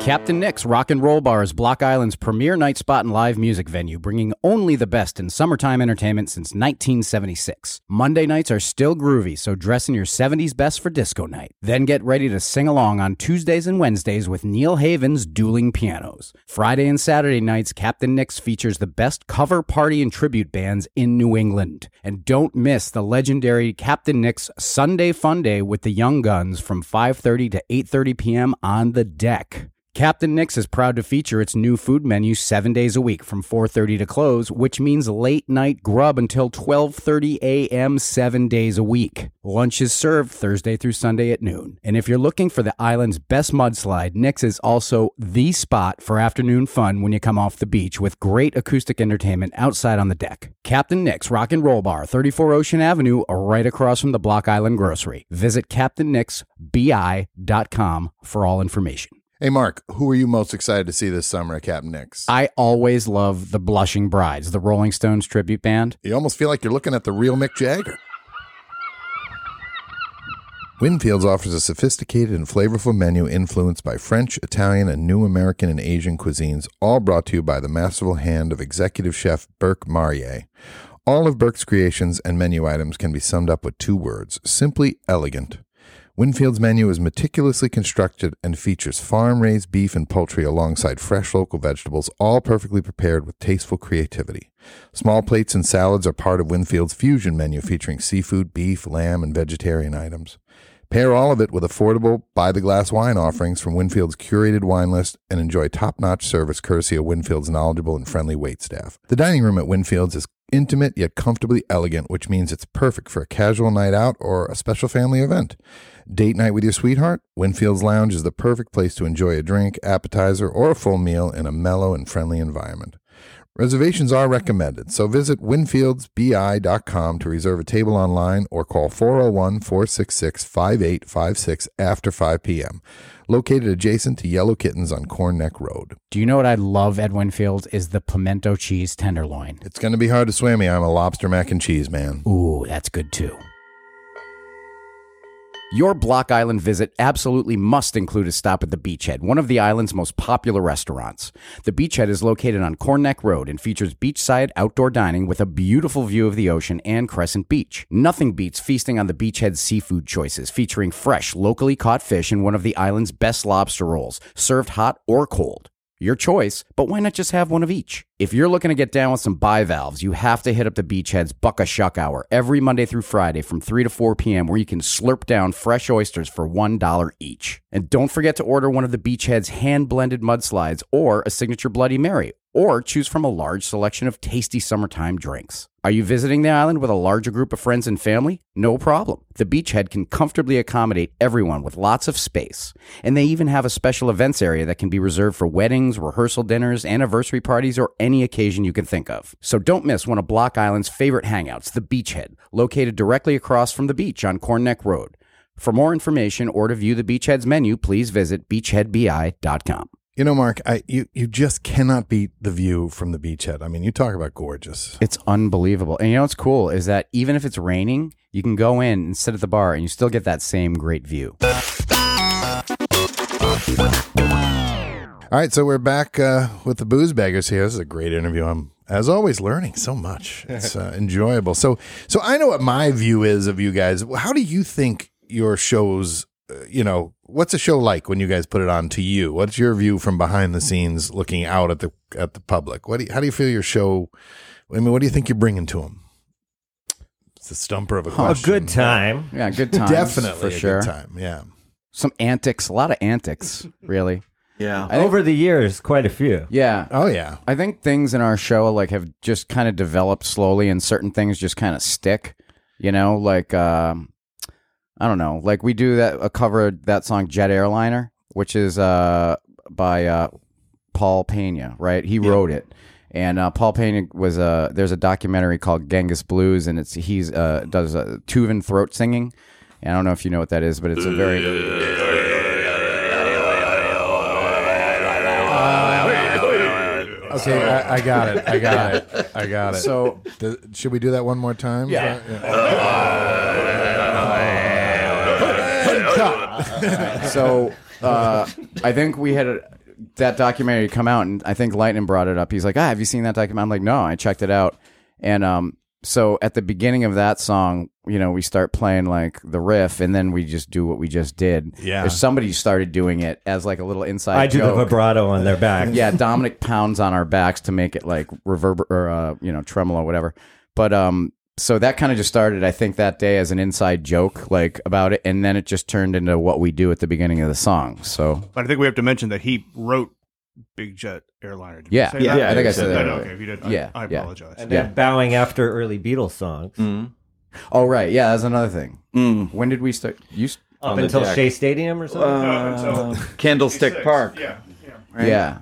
B: Captain Nick's Rock and Roll Bar is Block Island's premier night spot and live music venue, bringing only the best in summertime entertainment since 1976. Monday nights are still groovy, so dress in your 70s best for disco night. Then get ready to sing along on Tuesdays and Wednesdays with Neil Haven's Dueling Pianos. Friday and Saturday nights, Captain Nick's features the best cover party and tribute bands in New England. And don't miss the legendary Captain Nick's Sunday Fun Day with the Young Guns from 5:30 to 8:30 p.m. on the deck. Captain Nick's is proud to feature its new food menu 7 days a week from 4:30 to close, which means late night grub until 12:30 a.m. 7 days a week. Lunch is served Thursday through Sunday at noon. And if you're looking for the island's best mudslide, Nick's is also the spot for afternoon fun when you come off the beach with great acoustic entertainment outside on the deck. Captain Nick's Rock and Roll Bar, 34 Ocean Avenue, right across from the Block Island Grocery. Visit captainnicksbi.com for all information.
A: Hey, Mark, who are you most excited to see this summer at Captain Nick's?
B: I always love the Blushing Brides, the Rolling Stones tribute band.
A: you almost feel like you're looking at the real Mick Jagger. Winfields offers a sophisticated and flavorful menu influenced by French, Italian, and new American and Asian cuisines, all brought to you by the masterful hand of executive chef Burke Marier. All of Burke's creations and menu items can be summed up with two words simply elegant. Winfield's menu is meticulously constructed and features farm raised beef and poultry alongside fresh local vegetables, all perfectly prepared with tasteful creativity. Small plates and salads are part of Winfield's fusion menu featuring seafood, beef, lamb, and vegetarian items. Pair all of it with affordable by the glass wine offerings from Winfield's curated wine list and enjoy top notch service courtesy of Winfield's knowledgeable and friendly wait staff. The dining room at Winfield's is intimate yet comfortably elegant, which means it's perfect for a casual night out or a special family event. Date night with your sweetheart? Winfield's Lounge is the perfect place to enjoy a drink, appetizer, or a full meal in a mellow and friendly environment. Reservations are recommended, so visit winfieldsbi.com to reserve a table online or call 401 466 5856 after 5 p.m. Located adjacent to Yellow Kittens on Corn Neck Road.
B: Do you know what I love at Winfield's is the pimento cheese tenderloin.
A: It's going to be hard to swim me. I'm a lobster mac and cheese man.
B: Ooh, that's good too.
H: Your Block Island visit absolutely must include a stop at the Beachhead, one of the island's most popular restaurants. The Beachhead is located on Cornneck Road and features beachside outdoor dining with a beautiful view of the ocean and Crescent Beach. Nothing beats feasting on the Beachhead's seafood choices, featuring fresh, locally caught fish and one of the island's best lobster rolls, served hot or cold. Your choice, but why not just have one of each?
B: If you're looking to get down with some bivalves, you have to hit up the Beachhead's Buck a Shuck Hour every Monday through Friday from 3 to 4 p.m., where you can slurp down fresh oysters for $1 each. And don't forget to order one of the Beachhead's hand blended mudslides or a signature Bloody Mary, or choose from a large selection of tasty summertime drinks. Are you visiting the island with a larger group of friends and family? No problem. The Beachhead can comfortably accommodate everyone with lots of space. And they even have a special events area that can be reserved for weddings, rehearsal dinners, anniversary parties, or any occasion you can think of. So don't miss one of Block Island's favorite hangouts, the Beachhead, located directly across from the beach on Cornneck Road. For more information or to view the Beachhead's menu, please visit beachheadbi.com.
A: You know, Mark, I you you just cannot beat the view from the beachhead. I mean, you talk about gorgeous.
B: It's unbelievable. And you know what's cool is that even if it's raining, you can go in and sit at the bar and you still get that same great view.
A: All right, so we're back uh, with the booze baggers here. This is a great interview. I'm as always learning so much. It's uh, enjoyable. So so I know what my view is of you guys. How do you think your shows? uh, You know, what's a show like when you guys put it on to you? What's your view from behind the scenes, looking out at the at the public? What do you, how do you feel your show? I mean, what do you think you're bringing to them? It's the stumper of a
E: A
A: question.
E: good time.
B: Yeah, good times.
A: Definitely
B: for
A: a
B: sure.
A: good time. Yeah.
B: Some antics, a lot of antics, really.
G: Yeah.
B: I think-
E: Over the years, quite a few.
B: Yeah.
A: Oh yeah.
B: I think things in our show like have just kind of developed slowly, and certain things just kind of stick. You know, like um, I don't know, like we do that a cover of that song "Jet Airliner," which is uh, by uh, Paul Pena, right? He wrote it, and uh, Paul Pena was uh, there's a documentary called Genghis Blues, and it's he's uh, does uh, Tuvan throat singing. And I don't know if you know what that is, but it's a very
A: Okay, I, I got it. I got it. I got it.
B: so
A: Th- should we do that one more time? Yeah.
B: so uh, I think we had a, that documentary come out, and I think Lightning brought it up. He's like, "Ah, have you seen that documentary?" I'm like, "No, I checked it out." And um, so at the beginning of that song, you know, we start playing like the riff, and then we just do what we just did.
A: Yeah.
B: If somebody started doing it as like a little inside,
E: I do the
B: joke.
E: vibrato on their back.
B: Yeah, Dominic pounds on our backs to make it like reverber or uh, you know tremolo, whatever. But um, so that kind of just started, I think, that day as an inside joke, like about it, and then it just turned into what we do at the beginning of the song. So
D: But I think we have to mention that he wrote Big Jet Airliner. Did
B: Yeah.
D: you say
B: Yeah,
D: that?
B: I think I said that.
D: Okay, if you did, I,
B: Yeah,
D: I
B: yeah.
D: apologize.
E: And then
B: Yeah.
E: bowing after early Beatles songs
G: Mm.
B: oh right, yeah, that's another thing.
G: Mm.
B: When did we start? You s-
E: up
G: On the
E: until
G: deck.
E: Shea Stadium or something.
G: Uh, Candlestick Park.
D: Yeah.
G: Right.
B: yeah,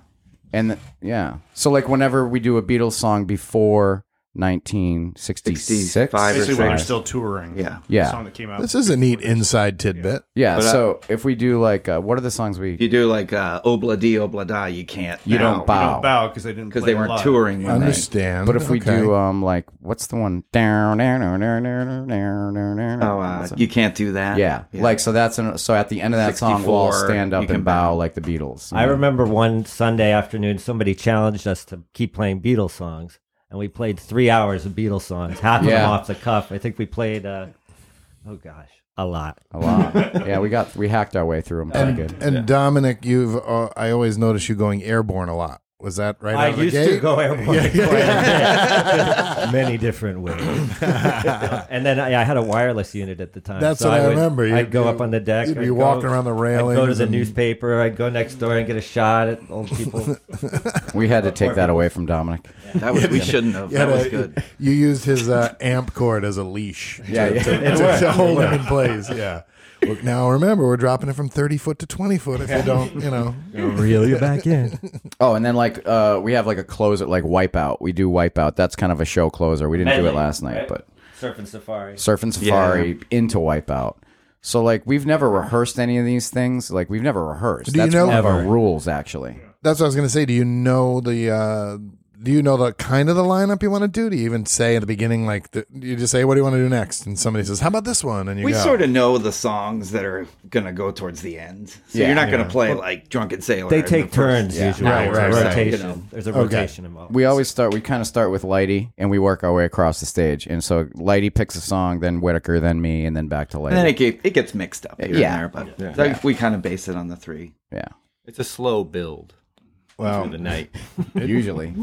B: and th- yeah. So like whenever we do a Beatles song before 1966,
G: 65 or
D: Basically, when you're
G: Right.
D: still touring.
G: Yeah.
D: The
B: yeah,
D: song that came out.
A: This is a neat inside tidbit.
B: yeah.
G: But, uh,
B: so if we do like uh, what are the songs we
G: If you do like uh, obla di obla da, you can't.
B: You don't bow.
D: Don't bow because they didn't
G: because
D: play
G: they weren't
D: live.
G: touring. When they,
A: Understand.
B: But if we
A: Okay.
B: do um like what's the one down down down down down down down down
G: oh, uh, you can't do that.
B: yeah. like so that's an, so at the end of that song we'll all
G: 64,
B: stand up
G: you can
B: and bow
G: bow.
B: like the Beatles.
E: I remember one Sunday afternoon, somebody challenged us to keep playing Beatles songs, and we played three hours of Beatles songs, half of
B: Yeah.
E: them off the cuff. I think we played, uh, oh gosh, a lot.
B: a lot. yeah, we got we hacked our way through them pretty good.
A: And Dominic, you've uh, I always notice you going airborne a lot. Was that right?
E: I
A: out of the
E: used to
A: gate?
E: go airborne quite a bit, many different ways. and then I, I had a wireless unit at the time.
A: That's
E: so
A: what I
E: would-
A: remember. You-
E: I'd go
A: you-
E: up on the deck.
A: you'd be
E: I'd go-
A: walking around the railings
E: I'd go to the
A: and-
E: newspaper. I'd go next door and get a shot at old people.
B: We had to take that away from Dominic.
G: that was, we shouldn't have.
A: Yeah,
G: that was
A: the-
G: good.
A: You used his uh, amp cord as a leash.
B: Yeah,
A: to,
B: yeah.
A: to- to- to hold him in place. Yeah. Well, Now remember, we're dropping it from thirty foot to twenty foot. If you don't, you know,
E: Reel you back in.
B: Oh, and then like uh we have like a close at like Wipeout. We do Wipeout. That's kind of a show closer. We didn't do it
E: Medley,
B: last night,
E: right?
B: but
E: Surf and Safari.
B: Surf and Safari into Wipeout. So like we've never rehearsed any of these things. Like we've never rehearsed.
A: Do you
B: That's
A: know-
B: one of our
A: Ever.
B: rules actually.
A: that's what I was gonna say. Do you know the? Uh, do you know the kind of the lineup you want to do? Do you even say at the beginning, like the, you just say, "What do you want to do next?" And somebody says, "How about this one?" And you
G: We
A: go.
G: sort of know the songs that are going to go towards the end. So
B: Yeah.
G: you're not going to play like Drunken Sailor.
E: They
G: in the
E: take
G: first-
E: turns
B: yeah.
E: usually.
A: Right,
E: There's
A: right,
E: a
A: right.
E: rotation.
G: You know.
E: There's a
A: Okay.
E: rotation involved.
B: we always start we kind of start with Lighty and we work our way across the stage. And so Lighty picks a song, then Whitaker, then me, and then back to
G: And then
B: Lighty.
G: it, get, it gets mixed up here
B: Yeah.
G: and there, but like, we kind of base it on the three.
B: Yeah.
F: It's a slow build.
A: Wow.
F: through the night.
B: Usually.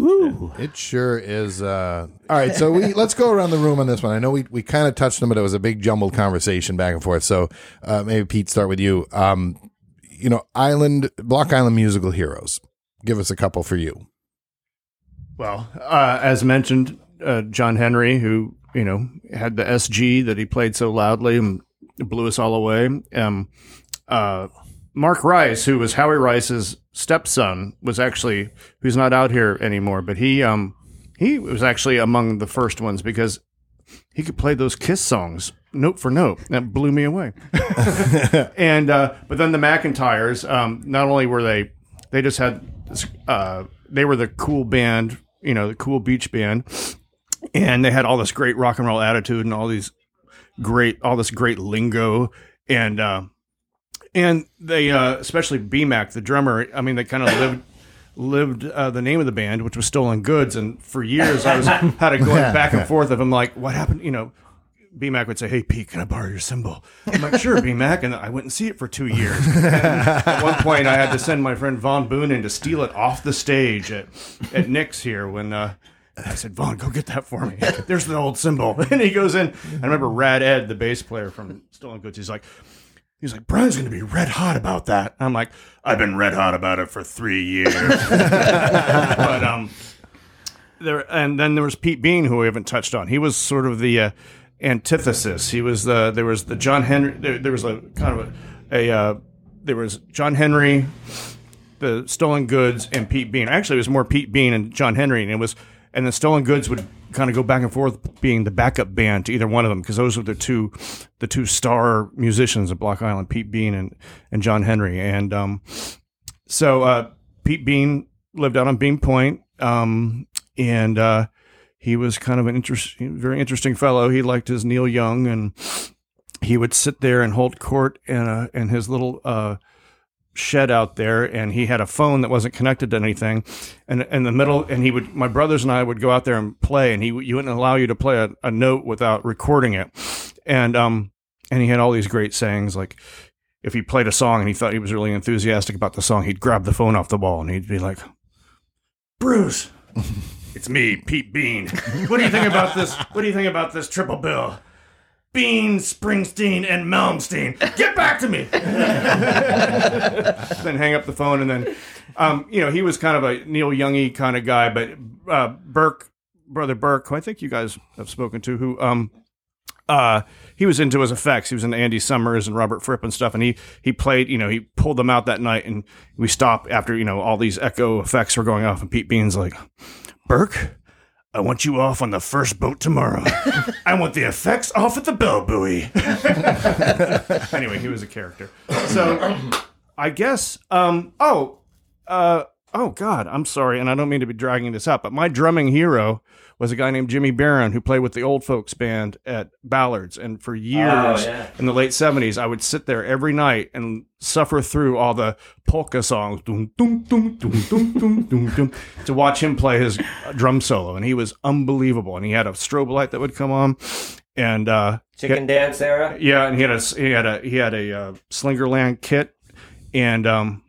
A: It sure is. Uh, all right, so we let's go around the room on this one. I know we, we kind of touched them, but it was a big jumbled conversation back and forth. So uh, maybe Pete, start with you. Um, you know, Island Block Island musical heroes. Give us a couple for you.
D: Well, uh, as mentioned, uh, John Henry, who you know had the SG that he played so loudly and blew us all away. Um, uh, Mark Rice, who was Howie Rice's stepson, was actually who's not out here anymore, but he um, he was actually among the first ones because he could play those Kiss songs note for note. That blew me away. and uh, but then the McIntyres, um, not only were they, they just had, this, uh, they were the cool band, you know, the cool beach band, and they had all this great rock and roll attitude and all these great, all this great lingo, and uh, and they uh, especially BMAC, the drummer. I mean, they kind of lived. Lived uh, the name of the band, which was Stolen Goods, and for years I was had it going back and forth of him like, what happened? You know, BMAC would say, "Hey Pete, can I borrow your symbol?" I'm like, "Sure, BMAC," and I wouldn't see it for two years. And at one point, I had to send my friend Von Boone in to steal it off the stage at, at Nick's here when uh, I said, "Von, go get that for me." There's the old symbol, and he goes in. I remember Rad Ed, the bass player from Stolen Goods. He's like, he's like, "Brian's going to be red hot about that." I'm like, "I've been red hot about it for three years," but um there and then there was Pete Bean who we haven't touched on. He was sort of the uh, antithesis. He was the there was the John Henry there, there was a kind of a, a uh, there was John Henry the stolen goods and Pete Bean. Actually, it was more Pete Bean and John Henry, and it was and the stolen goods would kind of go back and forth being the backup band to either one of them because those were the two the two star musicians of Block Island, Pete Bean and and John Henry. And um, so uh, Pete Bean lived out on Bean Point, um, and uh, he was kind of an interest, very interesting fellow. He liked his Neil Young, and he would sit there and hold court in a, in his little uh, shed out there. And he had a phone that wasn't connected to anything, and in the middle, and he would my brothers and I would go out there and play, and he you wouldn't allow you to play a, a note without recording it, and um and he had all these great sayings like if he played a song and he thought he was really enthusiastic about the song, he'd grab the phone off the wall and he'd be like, "Bruce, it's me, Pete Bean. What do you think about this? What do you think about this triple bill? Bean, Springsteen, and Malmsteen. Get back to me." then hang up the phone and then, um, you know, he was kind of a Neil Youngy kind of guy, but uh, Burke, brother Burke, who I think you guys have spoken to, who um, uh, he was into his effects. He was into Andy Summers and Robert Fripp and stuff. And he he played, you know, he pulled them out that night. And we stopped after you know all these echo effects were going off. And Pete Bean's like, Burke, I want you off on the first boat tomorrow. I want the effects off at the bell buoy. anyway, he was a character. So I guess. Um, oh, uh, oh God, I'm sorry, and I don't mean to be dragging this out, but my drumming hero was a guy named Jimmy Barron who played with the old folks band at Ballard's, and for years in the late '70s, I would sit there every night and suffer through all the polka songs dum, dum, dum, dum, dum, dum, dum, dum, to watch him play his uh, drum solo, and he was unbelievable. And he had a strobe light that would come on, and uh,
E: Chicken dance era.
D: yeah, and he had a he had a he had a uh, Slingerland kit, and um,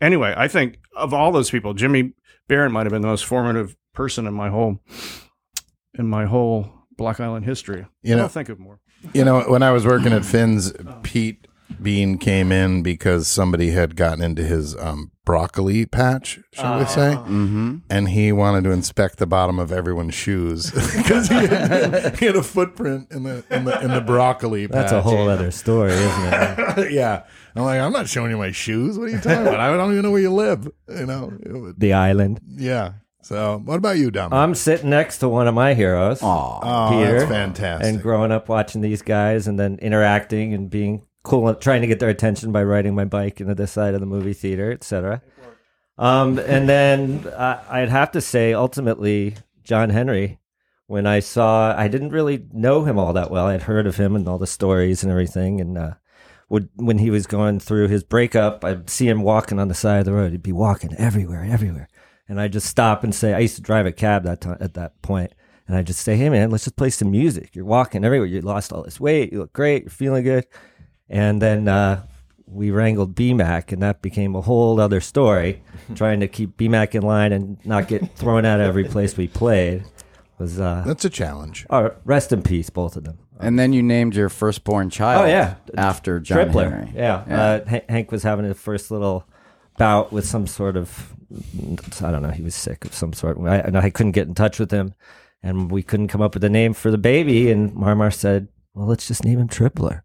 D: anyway, I think of all those people, Jimmy Barron might have been the most formative person in my whole in my whole Block Island history.
A: You
D: I
A: know,
D: don't think of more.
A: You know, when I was working at Finn's, Pete Bean came in because somebody had gotten into his um, broccoli patch, shall
E: Ah.
A: we say,
B: Mm-hmm.
A: and he wanted to inspect the bottom of everyone's shoes because he, had- he had a footprint in the in the in the broccoli.
E: That's a
A: patch.
E: whole other story, isn't it?
A: yeah. I'm like, I'm not showing you my shoes. What are you talking about? I don't even know where you live. You know, It would-
E: the island.
A: yeah. So, what about you, Dom?
E: I'm sitting next to one of my heroes.
A: oh,
E: Peter
A: that's fantastic.
E: and growing up watching these guys and then interacting and being cool trying to get their attention by riding my bike into the side of the movie theater etc um, and then uh, i'd have to say ultimately john henry when i saw i didn't really know him all that well i'd heard of him and all the stories and everything and uh, would when he was going through his breakup i'd see him walking on the side of the road he'd be walking everywhere everywhere and I just stop and say, I used to drive a cab that time at that point, and I just say, Hey man, let's just play some music. You're walking everywhere. You lost all this weight. You look great. You're feeling good. And then uh, we wrangled BMAC, and that became a whole other story. trying to keep BMAC in line and not get thrown out of every place we played was uh,
A: That's a challenge.
E: or rest in peace, both of them.
B: And then you named your firstborn child.
E: Oh, yeah.
B: after John
E: Tripler,
B: Henry.
E: yeah. Uh, Han- Hank was having his first little bout with some sort of, I don't know, he was sick of some sort. I, and I couldn't get in touch with him, and we couldn't come up with a name for the baby. And Marmar said, "Well, let's just name him Tripler."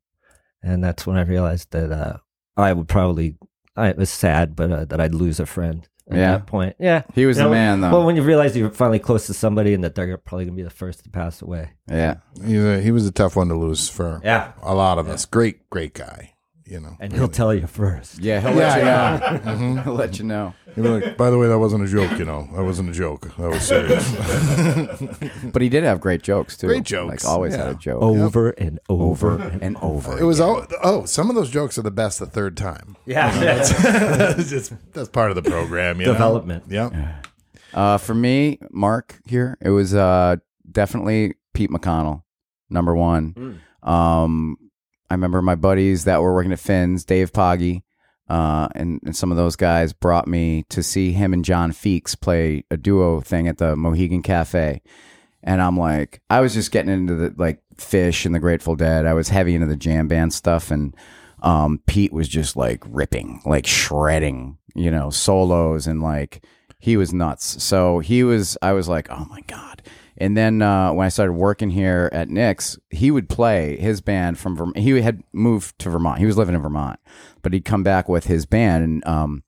E: and that's when I realized that uh, I would probably. I, it was sad, but uh, that I'd lose a friend at
B: Yeah.
E: that point. Yeah,
B: He was
E: You
B: the
E: know,
B: man, though.
E: Well, when you realize you're finally close to somebody and that they're probably gonna be the first to pass away.
B: yeah.
A: He's a, he was a tough one to lose for
E: Yeah,
A: a lot of us. Great, great guy. You know.
E: and he'll tell you first.
B: Yeah, he'll let you know. He'll let you know.
A: He'd be like, by the way, that wasn't a joke, you know. That wasn't a joke. That was serious.
B: But he did have great jokes too.
A: Great jokes,
B: Like always
A: yeah.
B: had a
E: Oh,
B: joke.
E: Over and over.
B: and over.
A: it was all, oh, some of those jokes are the best the third time.
E: Yeah,
A: that's, just, that's part of the program, you know?
E: development.
A: Yeah.
B: Uh, for me, Mark here, it was uh, definitely Pete McConnell, number one. Um, I remember my buddies that were working at Finn's, Dave Poggy, uh, and, and some of those guys brought me to see him and John Feeks play a duo thing at the Mohegan Cafe. And I'm like, I was just getting into the like Fish and the Grateful Dead. I was heavy into the jam band stuff, and um, Pete was just like ripping, like shredding, you know, solos and like he was nuts. So he was, I was like, oh my God. And then uh, when I started working here at Nick's, he would play his band from Vermont. He had moved to Vermont. He was living in Vermont, but he'd come back with his band. And, um,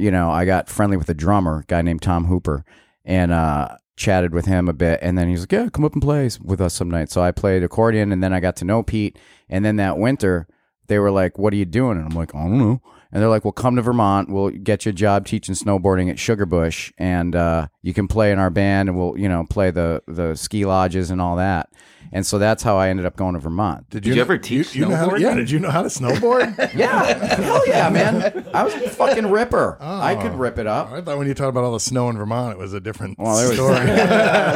B: you know, I got friendly with a drummer, a guy named Tom Hooper, and uh, chatted with him a bit. And then he's like, yeah, come up and play with us some night. So I played accordion and then I got to know Pete. And then that winter, they were like, "What are you doing?" And I'm like, "I don't know." And they're like, "Well, come to Vermont. We'll get you a job teaching snowboarding at Sugarbush, and uh, you can play in our band, and we'll you know play the the ski lodges and all that." And so that's how I ended up going to Vermont.
A: Did,
G: you ever teach
A: know how to-
G: snowboard?
A: yeah, did you know how to snowboard?
B: Yeah, hell yeah, man! I was a fucking ripper. I could rip it up.
A: I thought when you talked about all the snow in Vermont, it was a different
B: Well, there was-
A: story.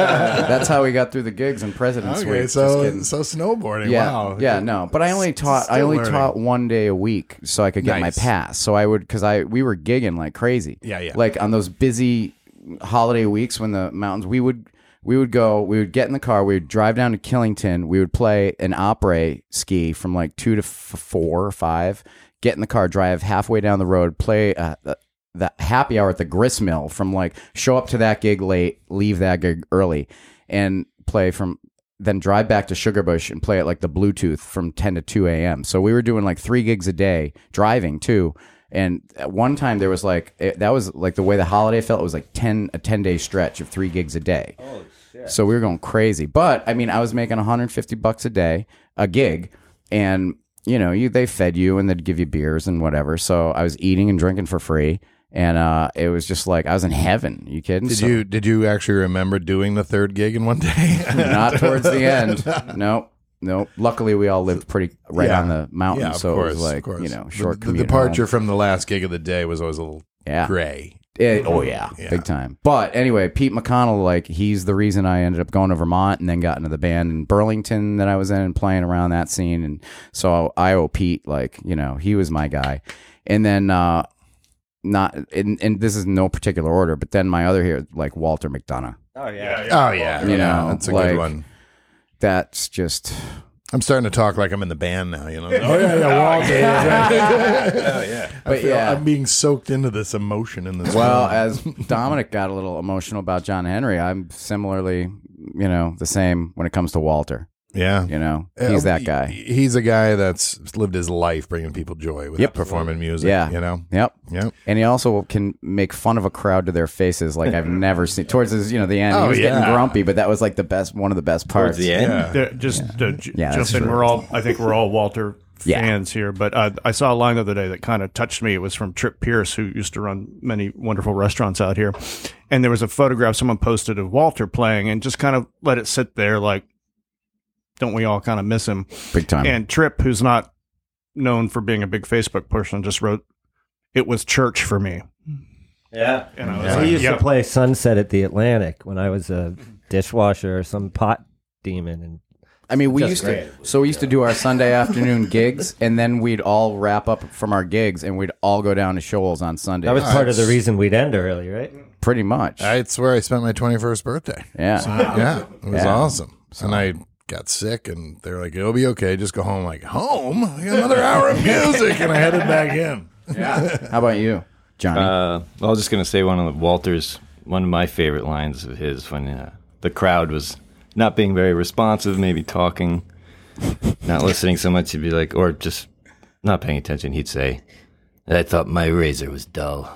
B: That's how we got through the gigs and President's Week.
A: okay,
B: Just
A: so
B: kidding.
A: so snowboarding.
B: Yeah,
A: wow.
B: yeah, no. But I only taught. I
A: still
B: only
A: learning.
B: taught one day a week, so I could get
A: Nice.
B: my pass. So I would because I we were gigging like crazy.
A: Yeah, yeah.
B: Like on those busy holiday weeks when the mountains, we would we would go. We would get in the car. We would drive down to Killington. We would play an opera ski from like two to f- four or five. Get in the car, drive halfway down the road, play uh, the, the happy hour at the grist mill from like show up to that gig late, leave that gig early, and play from then drive back to Sugarbush and play it like the Bluetooth from 10 to 2 a.m. So we were doing like three gigs a day, driving too. And at one time there was like, it, that was like the way the holiday felt. It was like 10, a 10 day stretch of three gigs a day. Oh, shit. So we were going crazy. But I mean, I was making 150 bucks a day, a gig. And, you know, you they fed you and they'd give you beers and whatever. So I was eating and drinking for free. And uh, it was just like, I was in heaven. You kidding?
A: Did
B: So-
A: you did you actually remember doing the third gig in one day?
B: not towards the end. Nope. Nope. Luckily, we all lived pretty right
A: Yeah.
B: on the mountain,
A: yeah, of
B: so
A: course,
B: it was
A: of
B: like
A: course.
B: you know
A: The-
B: short
A: The,
B: commute
A: departure
B: home.
A: from the last gig of the day was always a little
B: Yeah.
A: gray.
B: It- oh yeah, big time. But anyway, Pete McConnell, like he's the reason I ended up going to Vermont and then got into the band in Burlington that I was in and playing around that scene. And so I owe Pete, like you know, he was my guy. And then uh, not and, and this is no particular order, but then my other here, like Walter McDonough.
E: Oh yeah.
A: Oh yeah,
B: You
A: yeah,
B: know,
A: that's a
B: like-
A: good one.
B: That's just
A: I'm starting to talk like I'm in the band now. You know? oh yeah, yeah, Walt did, right. I
B: But
A: feel,
B: yeah.
A: I'm being soaked into this emotion in this.
B: Well,
A: moment.
B: as Dominic got a little emotional about John Henry, I'm similarly, you know, the same when it comes to Walter.
A: yeah,
B: You know, he's
A: Uh,
B: that guy.
A: he- He's a guy that's lived his life bringing people joy with
B: Yep.
A: performing music.
B: Yeah.
A: you know.
B: Yep.
A: Yep.
B: And he also can make fun of a crowd to their faces like I've never seen. Towards his, you know, the end,
A: Oh,
B: he was getting
A: yeah.
B: grumpy, but that was like the best, one of the best parts.
F: Towards the end.
A: Yeah.
D: There- just to j-
B: Yeah,
D: jump
B: that's
D: in,
B: true.
D: we're all I think we're all Walter
B: Yeah.
D: fans here, but uh, I saw a line the other day that kind of touched me. It was from Trip Pierce, who used to run many wonderful restaurants out here, and there was a photograph someone posted of Walter playing, and just kind of let it sit there, like, don't we all kind of miss him?
B: Big time.
D: And Trip, who's not known for being a big Facebook person, just wrote, "It was church for me."
E: Yeah.
D: And I was
E: So
D: like,
E: he used
D: "Yep."
E: to play Sunset at the Atlantic when I was a dishwasher or some pot demon, and
B: I mean, we
F: That's
B: used
F: great.
B: to. So we used to do our Sunday afternoon gigs, and then we'd all wrap up from our gigs, and we'd all go down to Shoals on Sunday.
E: That was part of the reason we'd end early, right?
B: pretty much.
A: That's where I spent my 21st birthday.
B: yeah.
A: Yeah, it was
B: Yeah.
A: awesome. And I got sick, and they're like, "It'll be okay. Just go home." I'm like home? I got another hour of music, and I headed back in.
B: How about you, Johnny?
F: Uh, I was just gonna say one of Walter's, one of my favorite lines of his when uh, the crowd was not being very responsive, maybe talking, not listening so much. He'd be like, or just not paying attention. He'd say, "I thought my razor was dull."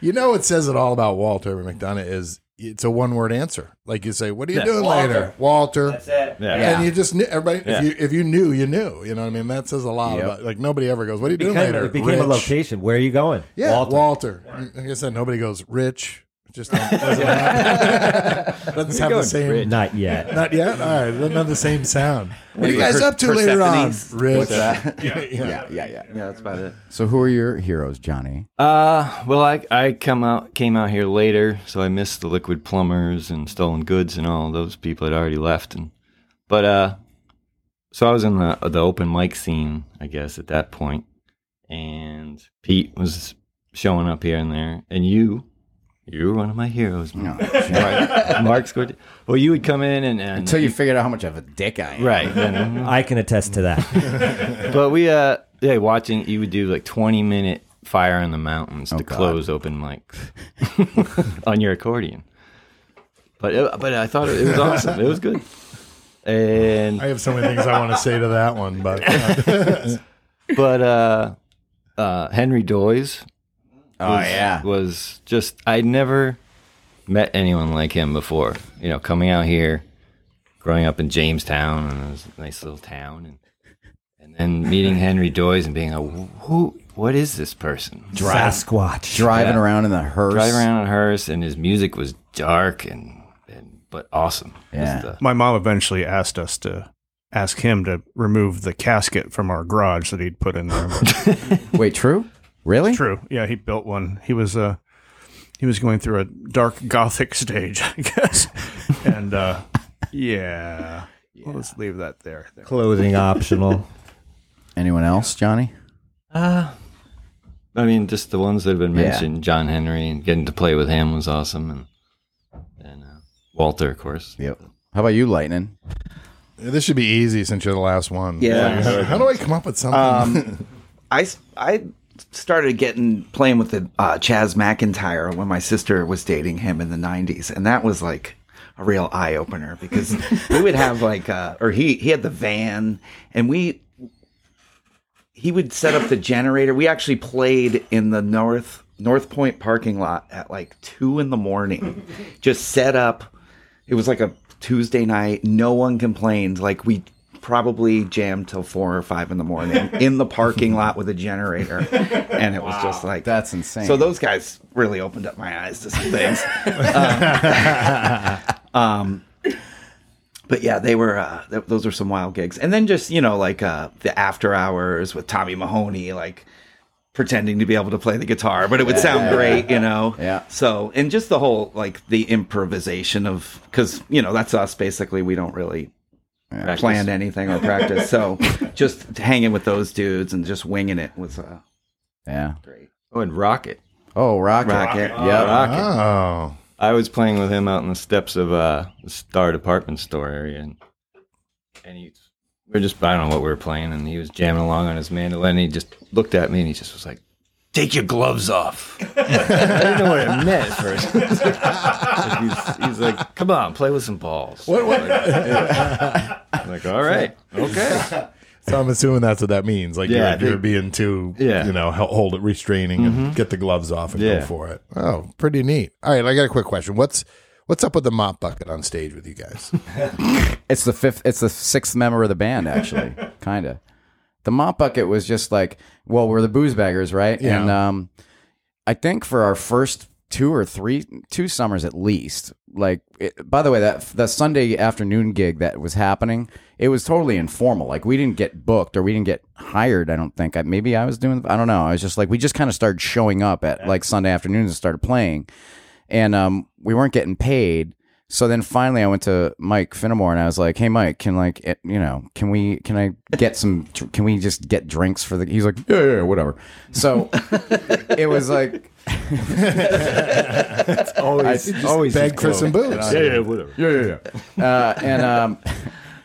A: You know, it says it all about Walter McDonough. Is it's a one word answer. Like you say, "What are you doing later, Walter?" That's
E: it.
F: Yeah.
A: And you just knew everybody.
F: Yeah.
A: If you if you knew, you knew. You know what I mean? That says a lot
B: Yep.
A: about. Like nobody ever goes, "What are you doing
E: Became-
A: later?"
E: it became a
A: Rich?"
E: location. Where are you going?
A: Yeah,
E: Walton.
A: Walter. Like I said, nobody goes rich. Just don't, doesn't have, doesn't have the same.
E: Not yet.
A: Not yet. All right, doesn't have the same sound. What are you
G: Maybe
A: guys
G: per-
A: up to later on?
G: Persephone's.
A: Rich.
B: yeah, yeah, yeah.
G: Yeah, that's about it.
B: So who are your heroes, Johnny?
F: Uh, well, I I come out came out here later, so I missed the liquid plumbers and stolen goods and all those people had already left. And but uh, so I was in the the open mic scene, I guess, at that point, and Pete was showing up here and there, and you. You were one of my heroes, Mark. Mark's good. Well, you would come in and, and
B: Until you figured out how much of a dick I am.
F: right, then
E: I can attest to that.
F: but we uh yeah, watching you would do like twenty minute fire in the mountains to
B: Oh, God.
F: close open mics on your accordion. But it, but I thought it, was awesome. It was good.
A: I
F: And
A: have so many things I want to say to that one, but uh,
F: but uh uh Henry Doyes
B: Oh yeah.
F: was just I never met anyone like him before. You know, coming out here, growing up in Jamestown, and it was a nice little town, and and then meeting Henry Doyes and being like, who, what is this person?
E: Sasquatch.
B: Driving
F: Yeah.
B: around in the hearse.
F: driving around in a hearse, and his music was dark and, and but awesome. It was
B: Yeah.
F: the-
D: My mom eventually asked us to ask him to remove the casket from our garage that he'd put in there. But
B: Wait, true? Really?
D: true. Yeah, he built one. He was uh he was going through a dark gothic stage, I guess. And uh yeah. Well, let's leave that there.
E: Clothing optional.
B: Anyone else, Johnny?
F: I mean, just the ones that have been
B: Yeah.
F: mentioned, John Henry, and getting to play with him was awesome, and and uh, Walter, of course.
B: Yep. How about you, Lightning?
A: this should be easy since you're the last one.
G: Yeah.
A: Like, how, how do I come up with something?
F: Um,
G: I, s- I started getting playing with the uh, Chaz McIntyre when my sister was dating him in the 90s and that was like a real eye opener because we would have like uh, or he he had the van and we he would set up the generator. We actually played in the North North Point parking lot at like two in the morning. Just set up. It was like a Tuesday night. No one complained. Like we probably jammed till four or five in the morning in the parking lot with a generator, and it was just like
B: That's insane.
G: So those guys really opened up my eyes to some things. Um, um, but yeah, they were uh, th- those were some wild gigs, and then just you know like uh, the after hours with Tommy Mahoney, like pretending to be able to play the guitar, but it would sound great, you know.
B: Yeah.
G: So and just the whole like the improvisation of because you know that's us basically. We don't really plan anything or practice, so just hanging with those dudes and just winging it was uh,
B: Yeah.
G: great.
F: Oh, and Rocket.
B: Oh, Rocket.
G: Rocket.
B: Yep.
F: Rocket.
A: oh,
F: I was playing with him out in the steps of uh, the Star Department Store area, and and he, we were just I don't know what we were playing, and he was jamming along on his mandolin. And he just looked at me, and he just was like, "Take your gloves off." I didn't know what it meant at first. he's, he's like, "Come on, play with some balls." What? what? I'm like, all right, okay.
A: so I'm assuming that's what that means. Like
F: Yeah,
A: you're, you're
F: they-
A: being too,
F: Yeah. Mm-hmm.
A: you know, hel- hold it, restraining, and get the gloves off and go
F: Yeah.
A: for it. Oh, pretty neat. All right, I got a quick question. What's what's up with the mop bucket on stage with you guys?
B: It's the fifth. It's the sixth member of the band, actually. kind of. The mop bucket was just like, well, we're the booze baggers, right?
A: Yeah.
B: And um, I think for our first two or three, two summers at least. Like, it, by the way, that that Sunday afternoon gig that was happening, it was totally informal. Like, we didn't get booked or we didn't get hired. I don't think. I, maybe I was doing. I don't know. I was just like, we just kind of started showing up at like Sunday afternoons and started playing, and um, we weren't getting paid. So then finally, I went to Mike Finnemore and I was like, "Hey, Mike, can like it, you know, can we can I get some? Can we just get drinks for the?" He's like, "Yeah, yeah, yeah whatever." So it was like,
F: Always, always
A: Beg for some booze.
F: yeah, whatever.
B: yeah, yeah, yeah. Uh, and um,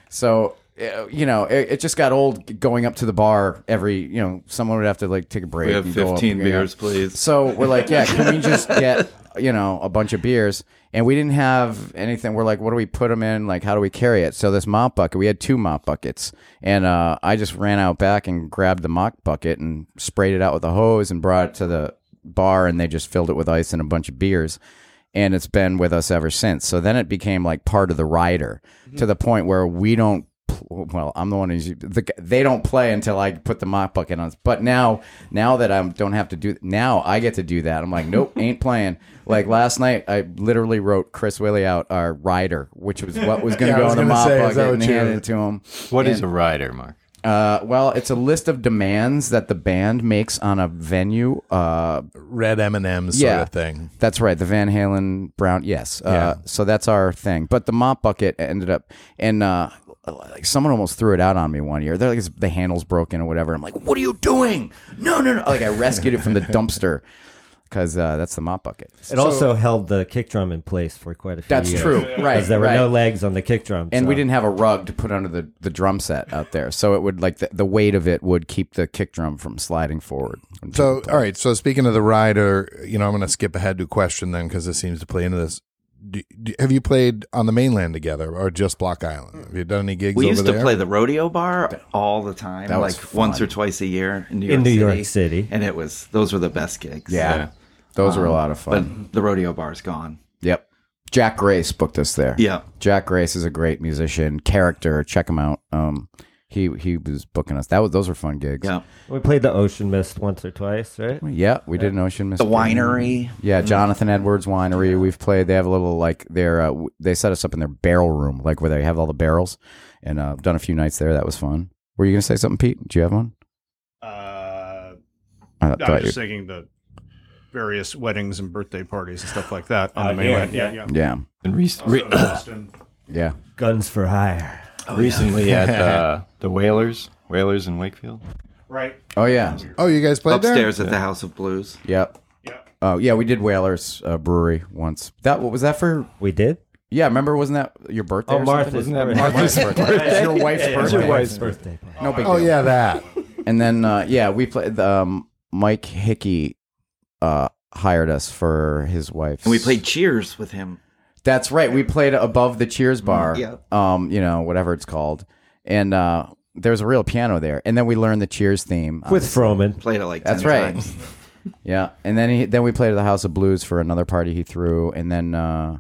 B: so uh, you know, it, it just got old going up to the bar every. You know, someone would have to like take a break.
F: We have
B: and go up
F: 15
B: and go-
F: beers, please.
B: So we're like, yeah, can we just get you know a bunch of beers? And we didn't have anything. We're like, what do we put them in? Like, how do we carry it? So this mop bucket, we had two mop buckets, and uh, I just ran out back and grabbed the mop bucket and sprayed it out with a hose and brought it to the bar, and they just filled it with ice and a bunch of beers. And it's been with us ever since. So then it became like part of the rider to the point where we don't well, I'm the one who's the, they don't play until I put the mop bucket on. But now, now that I don't have to do now, I get to do that. I'm like, nope, ain't playing. Like last night, I literally wrote Chris Willie out our rider, which was what was going
A: Yeah, I
B: to go
A: was
B: on the
A: gonna
B: mop
A: say, is
B: bucket
A: that what
B: and
A: you-
B: handed it to him.
F: What is
B: And-
F: a rider, Mark?
B: Uh, well, it's a list of demands that the band makes on a venue. Uh,
A: Red M and M's
B: Yeah.
A: sort of thing.
B: that's right. The Van Halen Brown. Yes. Uh, So that's our thing. But the mop bucket ended up, and uh, like someone almost threw it out on me one year. They're like, the handle's broken or whatever. I'm like, what are you doing? No, no, no. Like I rescued it from the dumpster because uh, that's the mop bucket.
E: It also held the kick drum in place for quite a few
B: That's
E: years.
B: true. Right.
E: Because there were
B: right.
E: no legs on the kick drum.
B: and
E: so-
B: we didn't have a rug to put under the, the drum set out there, so it would like the, the weight of it would keep the kick drum from sliding forward. when
A: So,
B: people play.
A: all right. So, speaking of the rider, you know, I'm going to skip ahead to a question then because it seems to play into this. Do, do- have you played on the mainland together or just Block Island? Have you done any gigs
G: We
A: over
G: used
A: there?
G: to play the rodeo bar all the time,
B: That
G: like
B: was
G: once
B: fun.
G: or twice a year in New York
E: in New
G: City.
E: York City.
G: And it was those were the best gigs.
B: yeah, those were a lot of fun.
G: But the rodeo bar's gone.
B: Yep. Jack Grace booked us there.
G: Yeah.
B: Jack Grace is a great musician, character. Check him out. Um, he he was booking us. That was those were fun gigs.
G: Yeah.
E: We played the Ocean Mist once or twice, right?
B: Yeah, we did an Ocean Mist.
G: The winery. Mm-hmm.
B: Yeah, Jonathan Edwards Winery. We've played. They have a little like their. Uh, w- they set us up in their barrel room, like where they have all the barrels, and uh, done a few nights there. That was fun. Were you gonna say something, Pete? Do you have one?
D: Uh,
B: I
D: I was
B: you-
D: just thinking the various weddings and birthday parties and stuff like that on the
E: Out
D: mainland.
E: here,
D: Uh, Yeah, yeah.
B: yeah,
F: And re- re-
D: Also Boston.
B: yeah.
E: Guns for Hire.
F: recently at uh, the Whalers, Whalers in Wakefield.
D: Right.
B: Oh yeah,
A: oh, you guys played there?
G: Upstairs at the House of Blues.
B: yep.
D: Yeah.
B: Oh yeah, we did Whalers uh, Brewery once. That what was that for?
E: We did?
B: Yeah, remember? Wasn't that your birthday?
E: Oh,
B: or something?
E: Martha's.
F: Isn't that
E: birthday.
B: Martha's birthday. It's your wife's
E: Yeah, yeah,
B: birthday.
E: yeah. wife's birthday. party.
B: No big deal.
A: Oh, yeah, that.
B: And then uh, yeah, we played. Um, Mike Hickey uh, hired us for his wife.
G: And we played Cheers with him.
B: That's right. We played above the
G: Mm-hmm.
B: Cheers bar.
G: Yeah.
B: Um, you know whatever it's called, and uh, there was a real piano there. And then we learned the Cheers theme
E: With Froman.
G: Played it like
B: That's
G: 10
B: right.
G: times.
B: Yeah, and then he, then we played at the House of Blues for another party he threw, and then uh,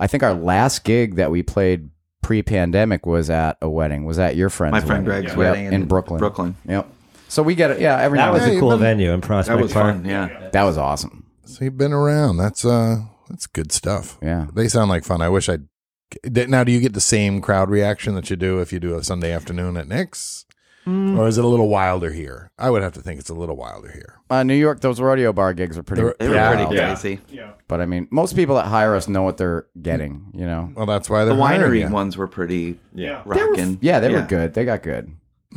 B: I think our last gig that we played pre-pandemic was at a wedding. Was at your friend's
G: My friend
B: wedding.
G: Greg's
B: Yep,
G: wedding
B: in, Brooklyn.
G: Brooklyn.
B: Yep. So we get it. Yeah, every
E: That
B: now
E: was
B: and
E: a cool venue in
G: That
E: Prospect
G: was
E: Park.
G: fun. Yeah.
B: then. that was awesome.
A: So you've been around. That's uh, that's good stuff.
B: Yeah.
A: They sound like fun. I wish I'd. Now, do you get the same crowd reaction that you do if you do a Sunday afternoon at Nick's? Or is it a little wilder here? I would have to think it's a little wilder here.
B: Uh, New York, those rodeo bar gigs are pretty.
A: They were-
G: They were
B: pretty
G: pretty
B: wild.
G: crazy.
B: But I mean, most people that hire us know what they're getting. You know.
A: Well, that's why
G: The
A: they're hiring you.
G: winery ones were pretty
F: Yeah.
G: rocking.
B: Yeah, they were good. They got good.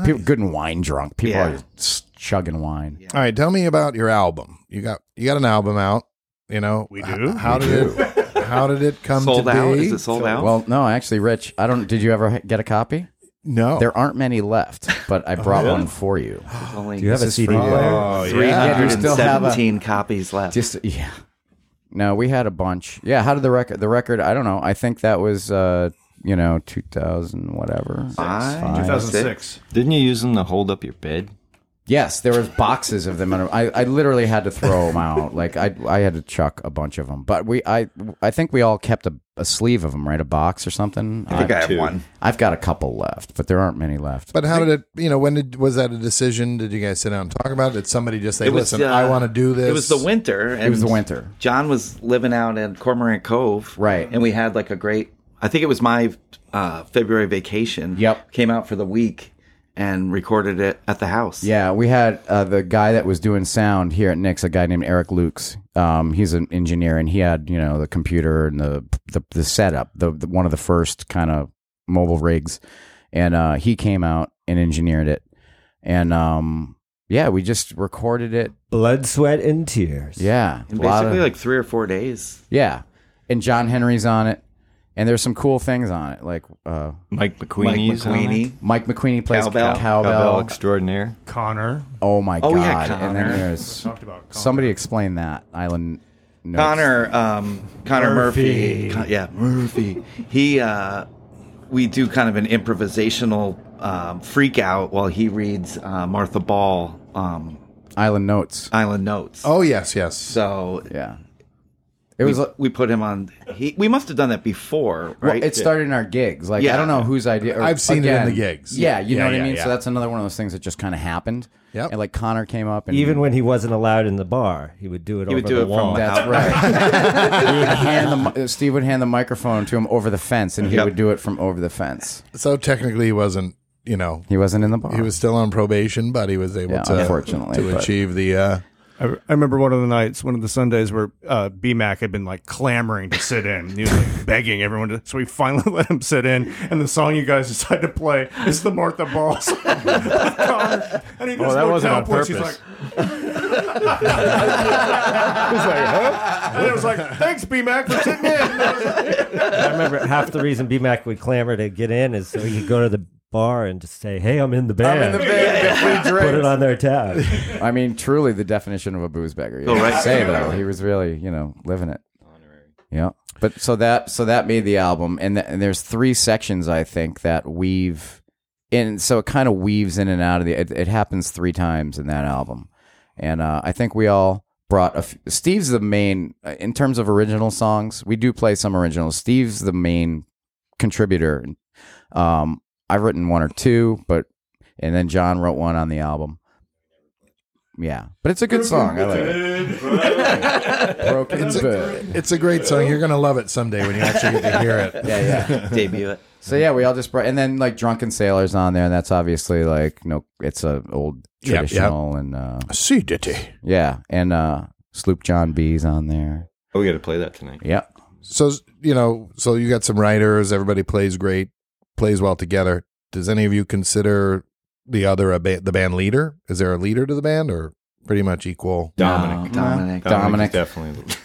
B: People, good and wine drunk. People
G: Yeah.
B: are just chugging wine.
A: All right, tell me about your album. You got you got an album out. You know
D: We
A: H-
D: do.
A: How did it? How did it come
G: Sold
A: to
G: out?
A: be?
G: Is it sold out?
B: um, Well, no, actually, Rich, I don't. Did you ever h- get a copy?
G: Oh.
A: no.
B: There aren't many left, but I brought one for you.
G: There's only
E: Do you have a CD player?
A: oh yeah.
B: Yeah, you still have a-
G: 317 copies left.
B: Just yeah. No, we had a bunch. Yeah, how did the record? The record? I don't know. I think that was uh, you know, two thousand whatever.
G: Five?
B: Five.
D: 2006.
F: Didn't you use them to hold up your bed?
B: Yes, there was boxes of them. and I, I literally had to throw them out. Like I, I had to chuck a bunch of them. But we, I, I think we all kept a, a sleeve of them, right? A box or something. Uh,
G: I think I have one.
B: I've got a couple left, but there aren't many left.
A: But how did it? You know, when did was that a decision? Did you guys sit down and talk about it? Did somebody just say,
G: was,
A: "Listen,
G: uh,
A: I want to do this"?
G: It was the winter. And
B: it was the winter.
G: John was living out in Cormorant Cove.
B: Right.
G: And we had like a great, I think it was my uh, February vacation.
B: Yep.
G: Came out for the week. and recorded it at the house.
B: Yeah, we had uh, the guy that was doing sound here at Nick's, a guy named Eric Lukes. Um, he's an engineer, and he had you know the computer and the the, the setup, the, the one of the first kind of mobile rigs, and uh, he came out and engineered it, and um, yeah, we just recorded it.
E: Blood, sweat, and tears.
B: Yeah,
G: In
B: a lot
G: basically
B: of-
G: like three or four days.
B: yeah, and John Henry's on it, and there's some cool things on it, like uh,
F: Mike
G: Mike
F: McQueenie's on it.
G: McQueenie.
B: Mike McQueenie plays
G: Cowbell.
F: Cowbell
B: cowbell.
F: extraordinaire.
D: Connor.
B: Oh my
G: Oh,
B: god!
G: yeah,
B: and then
G: Connor.
B: there's
D: Talked about Connor.
B: somebody explain that island. Notes.
G: Connor, um, Connor Murphy.
D: Murphy.
G: Con- yeah, Murphy. He, uh, we do kind of an improvisational um, freak out while he reads uh, Martha Ball um,
B: Island Notes.
G: Island Notes.
A: Oh yes, yes.
G: So
B: Yeah. It was. like
G: we put him on. He, we must have done that before,
B: well,
G: right?
B: it started in our gigs. Like I
G: Yeah.
B: don't know whose idea. or-
A: I've seen it in
B: again,
A: the gigs.
B: Yeah, you know
A: Yeah,
B: what I
A: yeah,
B: mean.
A: yeah.
B: So that's another one of those things that just kind of happened.
A: Yep.
B: And like Connor came up and
E: Even when he wasn't allowed in the bar, he would do it
G: He
E: over
G: would do
E: the
G: it from
E: wall.
G: that-
B: that's right. he would hand the, mi- Steve would hand the microphone to him over the fence, and he
G: Yep.
B: would do it from over the fence.
A: So technically, he wasn't. You know,
B: He wasn't in the bar.
A: he was still on probation, but he was able
B: Yeah,
A: to
B: unfortunately,
A: to
B: but-
A: achieve the. Uh,
D: I, I remember one of the nights, one of the Sundays where uh, BMAC had been like clamoring to sit in. He was like begging everyone to. So we finally let him sit in. And the song you guys decided to play is the Martha Balls. and
F: Oh,
D: he does
I: that
D: no
I: wasn't on
D: cowboys. He's
I: purpose.
D: like, He's like, huh? And it was like, thanks, BMAC, for sitting in.
E: I remember half the reason BMAC would clamor to get in is so he could go to the bar and just say, "Hey, I'm in the band." Put it on their tab.
B: I mean, truly the definition of a booze beggar. You
G: Oh,
B: have to
G: right.
B: Say though, he was really, you know, living it. Yeah. But so that so that made the album, and, th- and there's three sections I think that weave, and so it kind of weaves in and out of the. It, it happens three times in that album, and uh, I think we all brought a. F- Steve's the main uh, in terms of original songs. We do play some originals. Steve's the main contributor. Um, I've written one or two, but and then John wrote one on the album. Yeah, but it's a good song. I like it. Broken
A: It's a-
B: bird.
A: it's a great song. You're gonna love it someday when you actually get to hear it.
B: Yeah, yeah.
G: debut it.
B: So yeah, we all just brought, and then like drunken sailors on there, and that's obviously like no, it's a old
A: Yep, yep.
B: traditional, and uh,
A: See, ditty.
B: yeah, and uh, Sloop John B's on there.
F: Oh, we got to play that tonight.
B: Yeah,
A: So you know, so you got some writers. Everybody plays great, plays well together. Does any of you consider the other a ba- the band leader? Is there a leader to the band, or pretty much equal?
F: Dominic.
G: Dominic.
B: Dom- Dominic.
F: is definitely.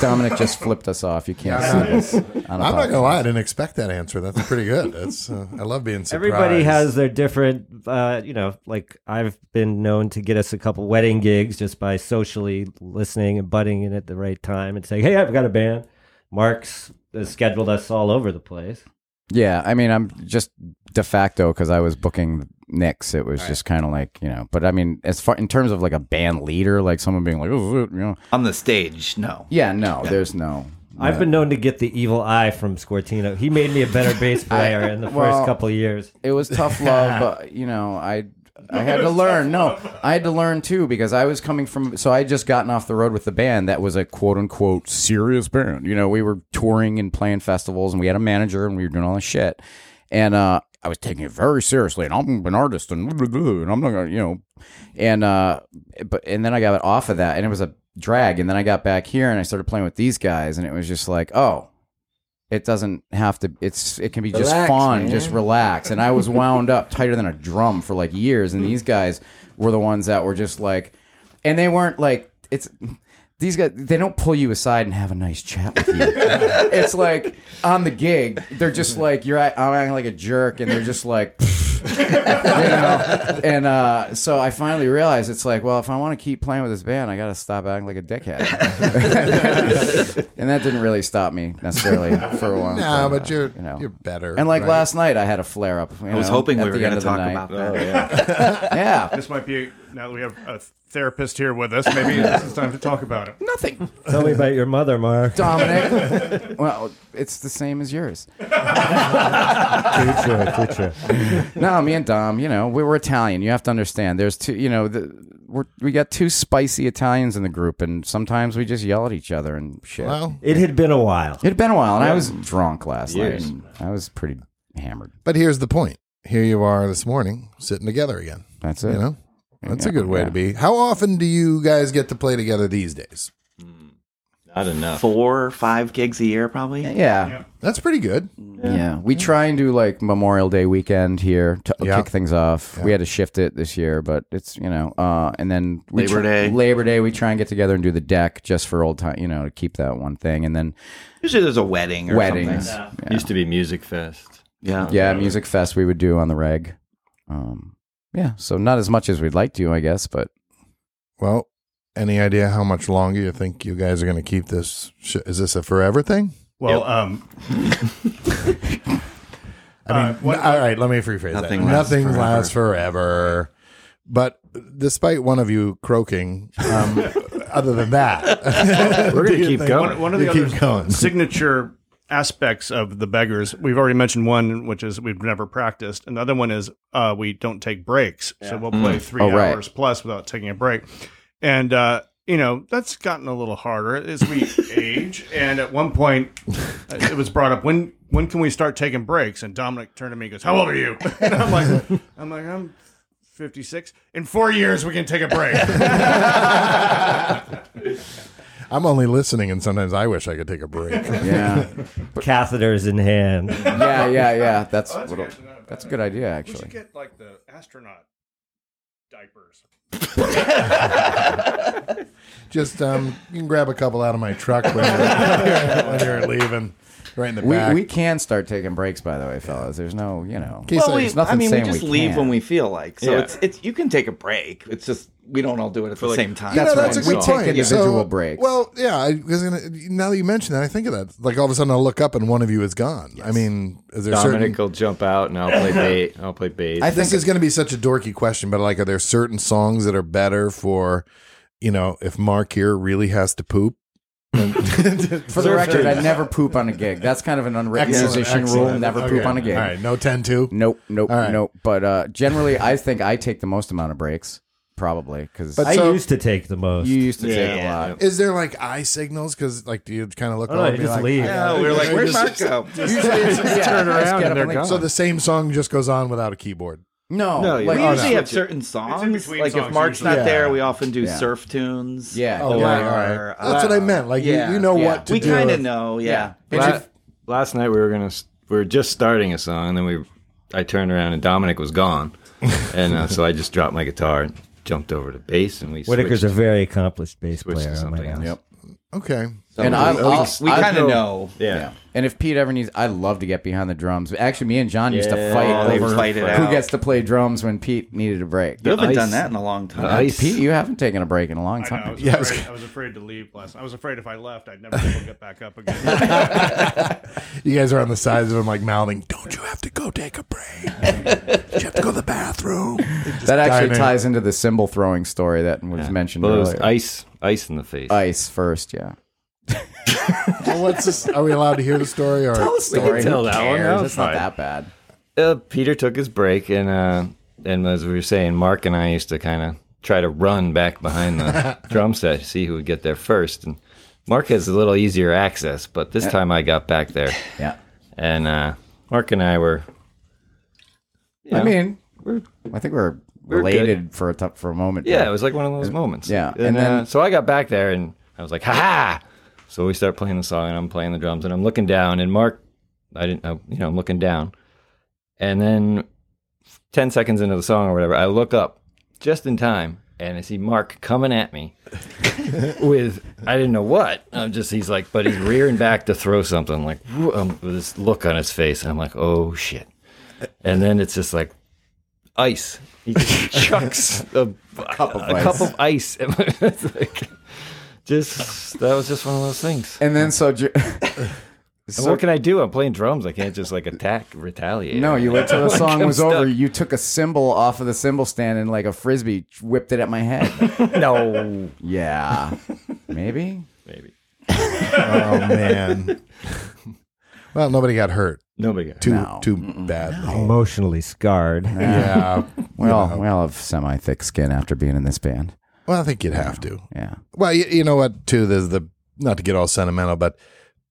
B: Dominic just flipped us off. You can't
A: Yeah.
B: see this. on a
A: I'm not gonna
B: podcast.
A: lie, I didn't expect that answer. That's pretty good. That's uh, I love being surprised.
E: Everybody has their different, uh, you know, like I've been known to get us a couple wedding gigs just by socially listening and butting in at the right time and saying, hey, I've got a band. Mark's has scheduled us all over the place.
B: Yeah, I mean, I'm just de facto because I was booking Knicks. It was just kind of like you know, but I mean, as far in terms of like a band leader, like someone being like, "Oh, you know,
G: on the stage. No.
B: yeah, no, there's no.
E: I've been known to get the evil eye from Squartino. He made me a better bass player in the first
B: Well-
E: couple of years.
B: It was tough love, but you know, I I had to learn. No, I had to learn too because I was coming from. So I had just gotten off the road with the band that was a quote unquote serious band. You know, we were touring and playing festivals, and we had a manager, and we were doing all this shit. And uh, I was taking it very seriously, and I'm an artist, and, blah, blah, blah, and I'm not gonna, you know, and uh, but and then I got off of that, and it was a drag, and then I got back here, and I started playing with these guys, and it was just like, oh, it doesn't have to it's it can be just fun just relax and i was wound up tighter than a drum for like years and these guys were the ones that were just like and they weren't like it's these guys they don't pull you aside and have a nice chat with you it's like on the gig they're just like you're act- i'm acting like a jerk and they're just like you know? And uh, so I finally realized it's like, well, if I want to keep playing with this band, I got to stop acting like a dickhead. and that didn't really stop me necessarily for a while.
A: No,
B: But,
A: but
B: uh,
A: you're
B: you know.
A: you're better.
B: And like
A: right?
B: last night, I had a flare up.
G: I was hoping we were going to talk about that.
F: Oh, yeah.
B: Yeah,
D: This might be, now that we have a therapist here with us, maybe this is time to talk about it.
B: nothing,
E: Tell me about your mother, Mark.
B: Dominic. well, it's the same as yours. No, me and Dom, you know, we were Italian. You have to understand. There's two, you know, the, we're, we got two spicy Italians in the group, and sometimes we just yell at each other and shit.
A: Well,
E: It had been a while.
B: It had been a while, and I was drunk last
F: Years.
B: night. And I was pretty hammered.
A: but here's the point. here you are this morning sitting together again.
B: That's
A: You
B: it.
A: know, that's a
B: Yeah,
A: good way
B: yeah.
A: to be. How often do you guys get to play together these days?
F: Not enough.
G: Four or five gigs a year, probably.
B: Yeah.
A: That's pretty good.
B: Yeah. We try and do like Memorial Day weekend here to
A: Yeah.
B: kick things off. We had to shift it this year, but it's, you know, uh, and then we
G: Labor
B: tr-
G: Day.
B: Labor Day, we try and get together and do the deck just for old time, you know, to keep that one thing. And then
G: Usually there's a wedding or
B: weddings.
G: something.
B: Yeah.
F: Used to be Music Fest.
G: Yeah.
B: Yeah, music fest we would do on the reg. Um, yeah, so not as much as we'd like to, I guess, but
A: Well, any idea how much longer you think you guys are going to keep this? Sh- is this a forever thing?
D: Well, um, uh,
A: I mean,
D: what-
A: n- all right, let me rephrase
G: Nothing
A: that.
G: lasts
A: nothing
G: forever.
A: lasts forever. But despite one of you croaking, um, other than that,
F: We're
A: do
F: gonna
A: you
F: keep
A: think-
F: going.
D: one, one of the
A: You keep
D: other
A: going.
D: signature aspects of the beggars we've already mentioned one which is we've never practiced and the other one is uh, we don't take breaks so we'll play three
B: Oh, right.
D: hours plus without taking a break and uh, you know that's gotten a little harder as we age and at one point uh, it was brought up when when can we start taking breaks and dominic turned to me and goes how old are you and i'm like i'm like i'm 56 in four years we can take a break
A: I'm only listening, and sometimes I wish I could take a break.
B: yeah,
E: Catheters in hand.
B: yeah, yeah, yeah. That's
D: that's
B: what
D: good. Not bad.
B: that's a good idea,
D: We should
B: actually.
D: get like the astronaut diapers.
A: Just um, you can grab a couple out of my truck when you're, when you're leaving, right in the
B: We,
A: back.
B: we can start taking breaks, by the way, fellas. There's no, you know,
A: In case
G: Well,
A: I-
G: we,
B: There's nothing
G: I mean, we
B: saying
G: just
B: we
G: leave
B: can't.
G: when we feel like. So
F: Yeah.
G: it's it's you can take a break. It's just we don't all do it at the same time.
A: You know,
B: That's right.
A: a
B: We
A: good
B: take
A: point.
B: individual breaks.
A: Well, yeah. I was gonna, now that you mention that, I think of that. Like all of a sudden, I'll look up and one of you is gone. I mean, is there
F: Dominic
A: certain?
F: will jump out and I'll play bait. I'll play bass.
B: I
A: This
B: think
A: is going to be such a dorky question, but like, are there certain songs that are better for, you know, if Mark here really has to poop?
B: for the record, I never poop on a gig. That's kind of an unwritten musician rule: never poop on a gig.
A: All right, no ten two.
B: Nope, nope,
A: All right.
B: nope. But uh, generally, I think I take the most amount of breaks, probably because
A: But
E: I
A: so-
E: used to take the most.
B: you used to
F: Yeah.
B: take a
F: Yeah.
B: lot.
A: Is there like eye signals? Because like, do you kind of look?
E: oh, no,
A: over
E: you
A: and be
E: just
A: like,
E: leave.
G: Yeah, we were like, where's
A: Just-
G: Marco?
A: Usually, it's,
B: turn around and they're gone.
A: so the same song just goes on without a keyboard.
B: no,
F: No,
B: like,
G: we
A: oh,
G: usually
A: no.
G: have certain songs.
D: between
G: Like if
D: songs,
G: Mark's
D: usually.
G: not there,
A: Yeah.
G: we often do
B: Yeah.
G: surf tunes.
B: Yeah.
A: Oh,
G: or,
A: right, all right. That's what I meant. Like
G: yeah.
A: you, you know
B: Yeah.
A: what to
G: we
A: do.
G: kind of
A: if-
G: know. Yeah.
F: La- last, night we were gonna s- we were just starting a song and then we I turned around and Dominic was gone, and uh, so I just dropped my guitar and jumped over to bass and we
E: Whitaker's oh
F: switched,
E: a very accomplished bass
F: switched
E: player.
F: to
E: I might
F: something
E: add.
F: else.
B: Yep.
A: Okay.
B: And I,
G: We-
B: I'll-
G: we
B: I'll
G: kind
B: go-
G: of know.
F: Yeah.
B: Yeah. And if Pete ever needs, I love to get behind the drums. Actually, me and John used to fight
G: Yeah, they
B: over
G: fight it
B: who
G: out.
B: gets to play drums when Pete needed a break.
G: You haven't
F: ice-
G: done that in a long time.
B: Pete, you haven't taken a break in a long
D: I, know, I,
B: time.
D: was
A: Yeah, I was-
D: afraid, I was afraid to leave last. I was afraid if I left, I'd never be able to get back up again.
A: You guys are on the sides of him, like mouthing, "Don't you have to go take a break? Do you have to go to the bathroom?"
B: That actually
A: diving.
B: ties into the cymbal throwing story that was mentioned
F: Well, it was
B: earlier.
F: ice ice in the face.
B: Ice first, yeah.
A: Well, what's this? Are we allowed to hear the story? Or
B: Story.
F: tell
B: who
F: that one, that
B: cares?
F: was
B: It's not
F: fine.
B: that bad.
F: uh, Peter took his break, and uh, and as we were saying, Mark and I used to kind of try to run back behind the drum set, see who would get there first. And Mark has a little easier access, but this time I got back there,
B: Yeah.
F: and uh, Mark and I were
B: I mean,
F: we're
B: I think we're
F: We're good.
B: related for a t- for a moment.
F: Yeah,
B: there.
F: it was like one of those moments.
B: yeah,
F: And,
B: and then-
F: uh, so I got back there and I was like, ha ha. So we start playing the song and I'm playing the drums and I'm looking down and Mark, I didn't, I, you know, I'm looking down. And then 10 seconds into the song or whatever, I look up just in time and I see Mark coming at me with, I didn't know what. I'm just, he's like, but he's rearing back to throw something like, woo, um, with this look on his face. And I'm like, oh shit. And then it's just like, ice. He just chucks a, a cup of ice. at my- it's like, just that was just one of those things.
B: and then so. Ju-
F: And what can I do? I'm playing drums. I can't just like attack, retaliate.
B: No, you wait till the song
F: I'm
B: was over.
F: stuck.
B: You took a cymbal off of the cymbal stand and like a frisbee whipped it at my head.
F: no.
B: yeah, maybe.
F: Maybe
A: oh man. Well, nobody got hurt.
F: nobody. Got
A: Too
B: No.
A: too bad.
E: Emotionally scarred.
A: Yeah.
B: Well, we all have semi-thick skin after being in this band.
A: Well, I think you'd have to.
B: Yeah,
A: Well, you, you know what? Too, there's the not to get all sentimental, but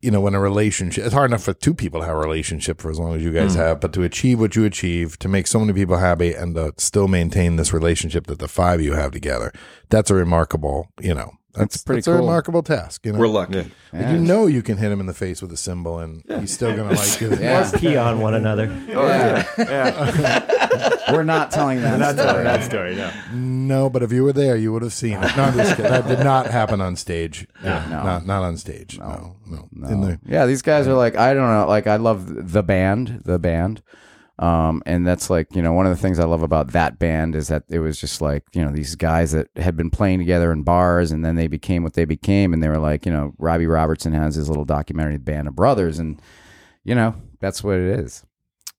A: you know, in a relationship, it's hard enough for two people to have a relationship for as long as you
B: Hmm.
A: guys have, but to achieve what you achieve, to make so many people happy, and to still maintain this relationship that the five of you have together, that's a remarkable, you know, that's,
B: pretty
A: that's
B: cool.
A: a remarkable task. You know,
G: We're lucky.
A: Like, you know, you can hit him in the face with a cymbal, and he's still gonna like you.
B: Yeah.
E: Pee on one another.
B: We're not telling that. story.
F: that story. No.
A: No, but if you were there, you would have seen it. No, I'm just kidding. That did not happen on stage. Yeah,
B: No.
A: Not, not on stage. No, no. In the,
B: Yeah, these guys are like, I don't know, like I love the band, the band. Um, and that's like, you know, one of the things I love about that band is that it was just like, you know, these guys that had been playing together in bars and then they became what they became. And they were like, you know, Robbie Robertson has his little documentary, Band of Brothers. And, you know, that's what it is.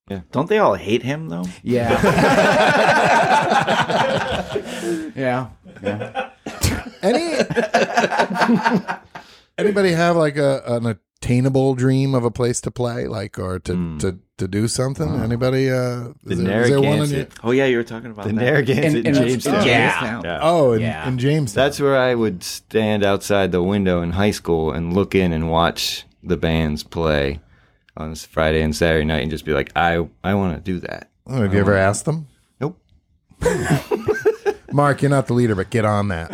F: Yeah.
G: Don't they all hate him though?
B: Yeah. yeah. Yeah.
A: Any anybody have like a an attainable dream of a place to play, like or to to, to do something? Anybody? Uh,
F: The
A: in
F: Narragansett.
A: your-
G: Oh yeah, you were talking about
F: The
G: that.
B: And-
F: Narragansett
B: and-
F: Jamestown.
G: Yeah.
F: Yeah.
A: Oh, in,
B: Yeah.
A: in James.
F: That's where I would stand outside the window in high school and look in and watch the bands play on this Friday and Saturday night and just be like, I, I want to do that.
A: Oh, have you ever asked them?
F: Nope.
A: Mark, you're not the leader, but get on that.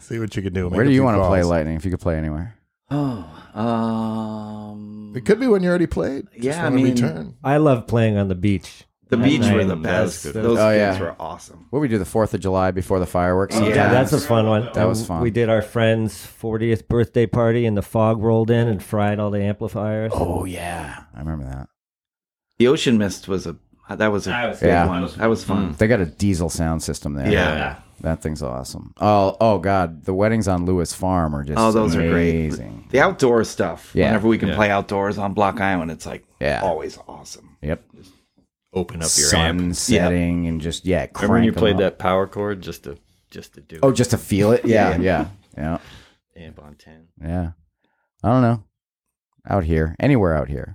A: See what you can do. Make
B: Where
A: a
B: do you
A: few
B: want to play
A: calls.
B: Lightning if you could play anywhere?
G: Oh, um,
A: It could be when you already played. Just
G: Yeah, I
A: wanna
G: mean-
A: return.
E: I love playing on the beach.
G: the beach
E: night.
G: were the
F: That was
G: best.
F: good.
G: Those
B: Oh,
G: kids
B: yeah.
G: were awesome.
B: What we do the 4th of July before the fireworks?
G: Yeah.
E: Yeah, that's a
B: sometimes?
E: fun one.
B: That was fun.
E: We did our friend's 40th birthday party, and the fog rolled in and fried all the amplifiers.
B: Oh, yeah. I remember that.
G: The ocean mist was a uh, that was a big
B: Yeah. Mm.
G: one. That was fun.
B: They got a diesel sound system there.
G: Yeah.
B: That thing's awesome. Oh, oh God, the weddings on Lewis Farm are just
G: Oh, those are great.
B: amazing.
G: The outdoor stuff.
B: Yeah.
G: Whenever we can play outdoors on Block Island, it's like
B: Yeah.
G: always awesome.
B: Yep.
F: Open up your amp.
B: Sun setting and just yeah.
F: Remember when you
B: crank 'em
F: played
B: up.
F: that power chord just to just to do
B: Oh,
F: it?
B: just to feel it. Yeah, yeah, yeah,
F: amp on ten.
B: yeah. I don't know. Out here, anywhere out here.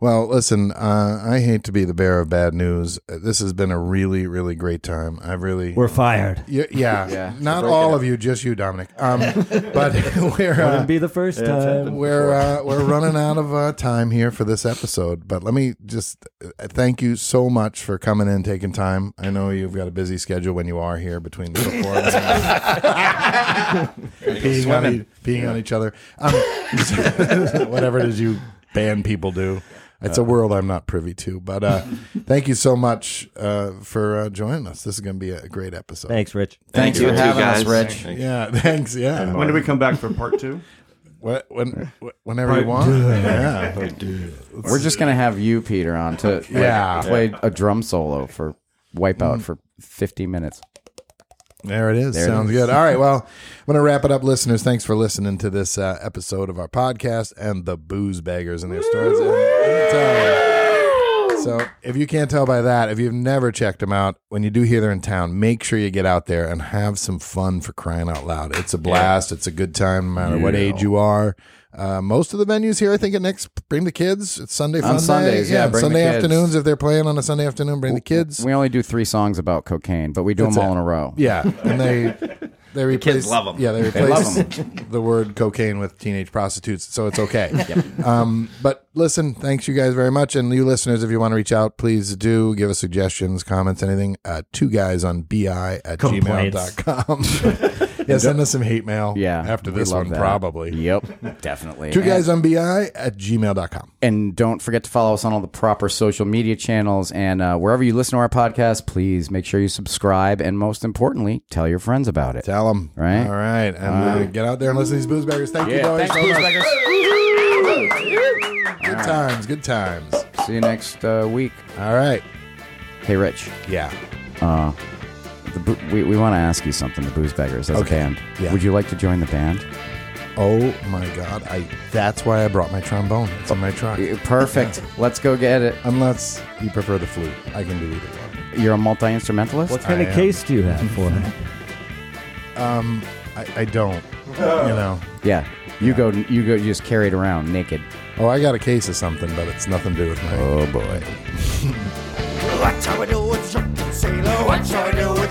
A: Well, listen, uh, I hate to be the bearer of bad news. Uh, This has been a really, really great time. I really.
E: We're fired.
A: Y- yeah,
B: Yeah.
A: not all of you, just you, Dominic. Um, but we're
E: Wouldn't
A: uh,
E: be the first time.
A: we're uh, we're running out of uh, time here for this episode. But let me just uh, thank you so much for coming in, taking time. I know you've got a busy schedule when you are here between the performances, being, on, e- being on each other, um, whatever it is you band people do. It's a world I'm not privy to, but uh, thank you so much uh, for uh, joining us. This is going to be a great episode.
E: Thanks, Rich.
B: Thanks
G: you
B: for
G: too,
B: having us,
G: guys.
B: Rich.
A: Yeah, thanks. Yeah,
D: When do we come back for part two?
A: Wh- when, wh- whenever you want. Yeah.
B: We're just gonna have you, Peter, on to like,
A: Yeah.
B: play a drum solo for Wipeout for fifty minutes.
A: There it is.
B: There it
A: Sounds
B: is.
A: good. All right. Well, I'm going to wrap it up, listeners. Thanks for listening to this uh, episode of our podcast and the booze baggers and their stories. And let me tell you. So, if you can't tell by that, if you've never checked them out, when you do hear they're in town, make sure you get out there and have some fun for crying out loud. It's a blast. It's a good time, no matter what age you are. Uh, most of the venues here, I think, at next bring the kids. It's Sunday
B: On
A: fun day.
B: Sundays, yeah, bring the
A: Sunday
B: kids.
A: afternoons if they're playing on a Sunday afternoon, bring the kids.
B: We only do three songs about cocaine, but we do them all in a row.
A: Yeah, and they they replace
G: kids love 'em.
A: Yeah, they replace the word cocaine with teenage prostitutes, so it's okay. um, but listen, thanks you guys very much, and you listeners, if you want to reach out, please do give us suggestions, comments, anything. Uh, two guys on bi at
E: Complaints.
A: gmail.com. yeah, send us some hate mail.
B: Yeah,
A: after
B: we
A: this
B: love
A: one,
B: that.
A: probably.
B: Yep, definitely.
A: Two guys on bi at gmail.com.
B: And don't forget to follow us on all the proper social media channels. And uh, wherever you listen to our podcast, please make sure you subscribe. And most importantly, tell your friends about it.
A: Tell them.
B: Right.
A: All right. And uh, get out there and listen to these booze baggers. Thank you,
B: Yeah,
A: Joey,
B: thanks,
A: so
B: Booze
A: much.
B: Baggers.
A: Good times. Good times.
B: See you next uh, week.
A: All right.
B: Hey, Rich,
A: Yeah.
B: the bo- we, we want to ask you something, the Booze Beggars, as
A: Okay.
B: a band.
A: Yeah.
B: Would you like to join the band?
A: Oh my god! I that's why I brought my trombone. It's in my truck.
B: Eh, Perfect. Let's go get it.
A: Unless you prefer the flute, I can do either one.
B: You're a multi instrumentalist?
E: What kind
A: I
E: of
A: am-
E: case do you have for it?
A: I, I don't. You know.
B: Yeah. You go. You go. You just carry it around naked.
A: Oh, I got a case of something, but it's nothing to do with my.
B: Oh boy.
C: What shall we do with drunken sailor? What shall we do with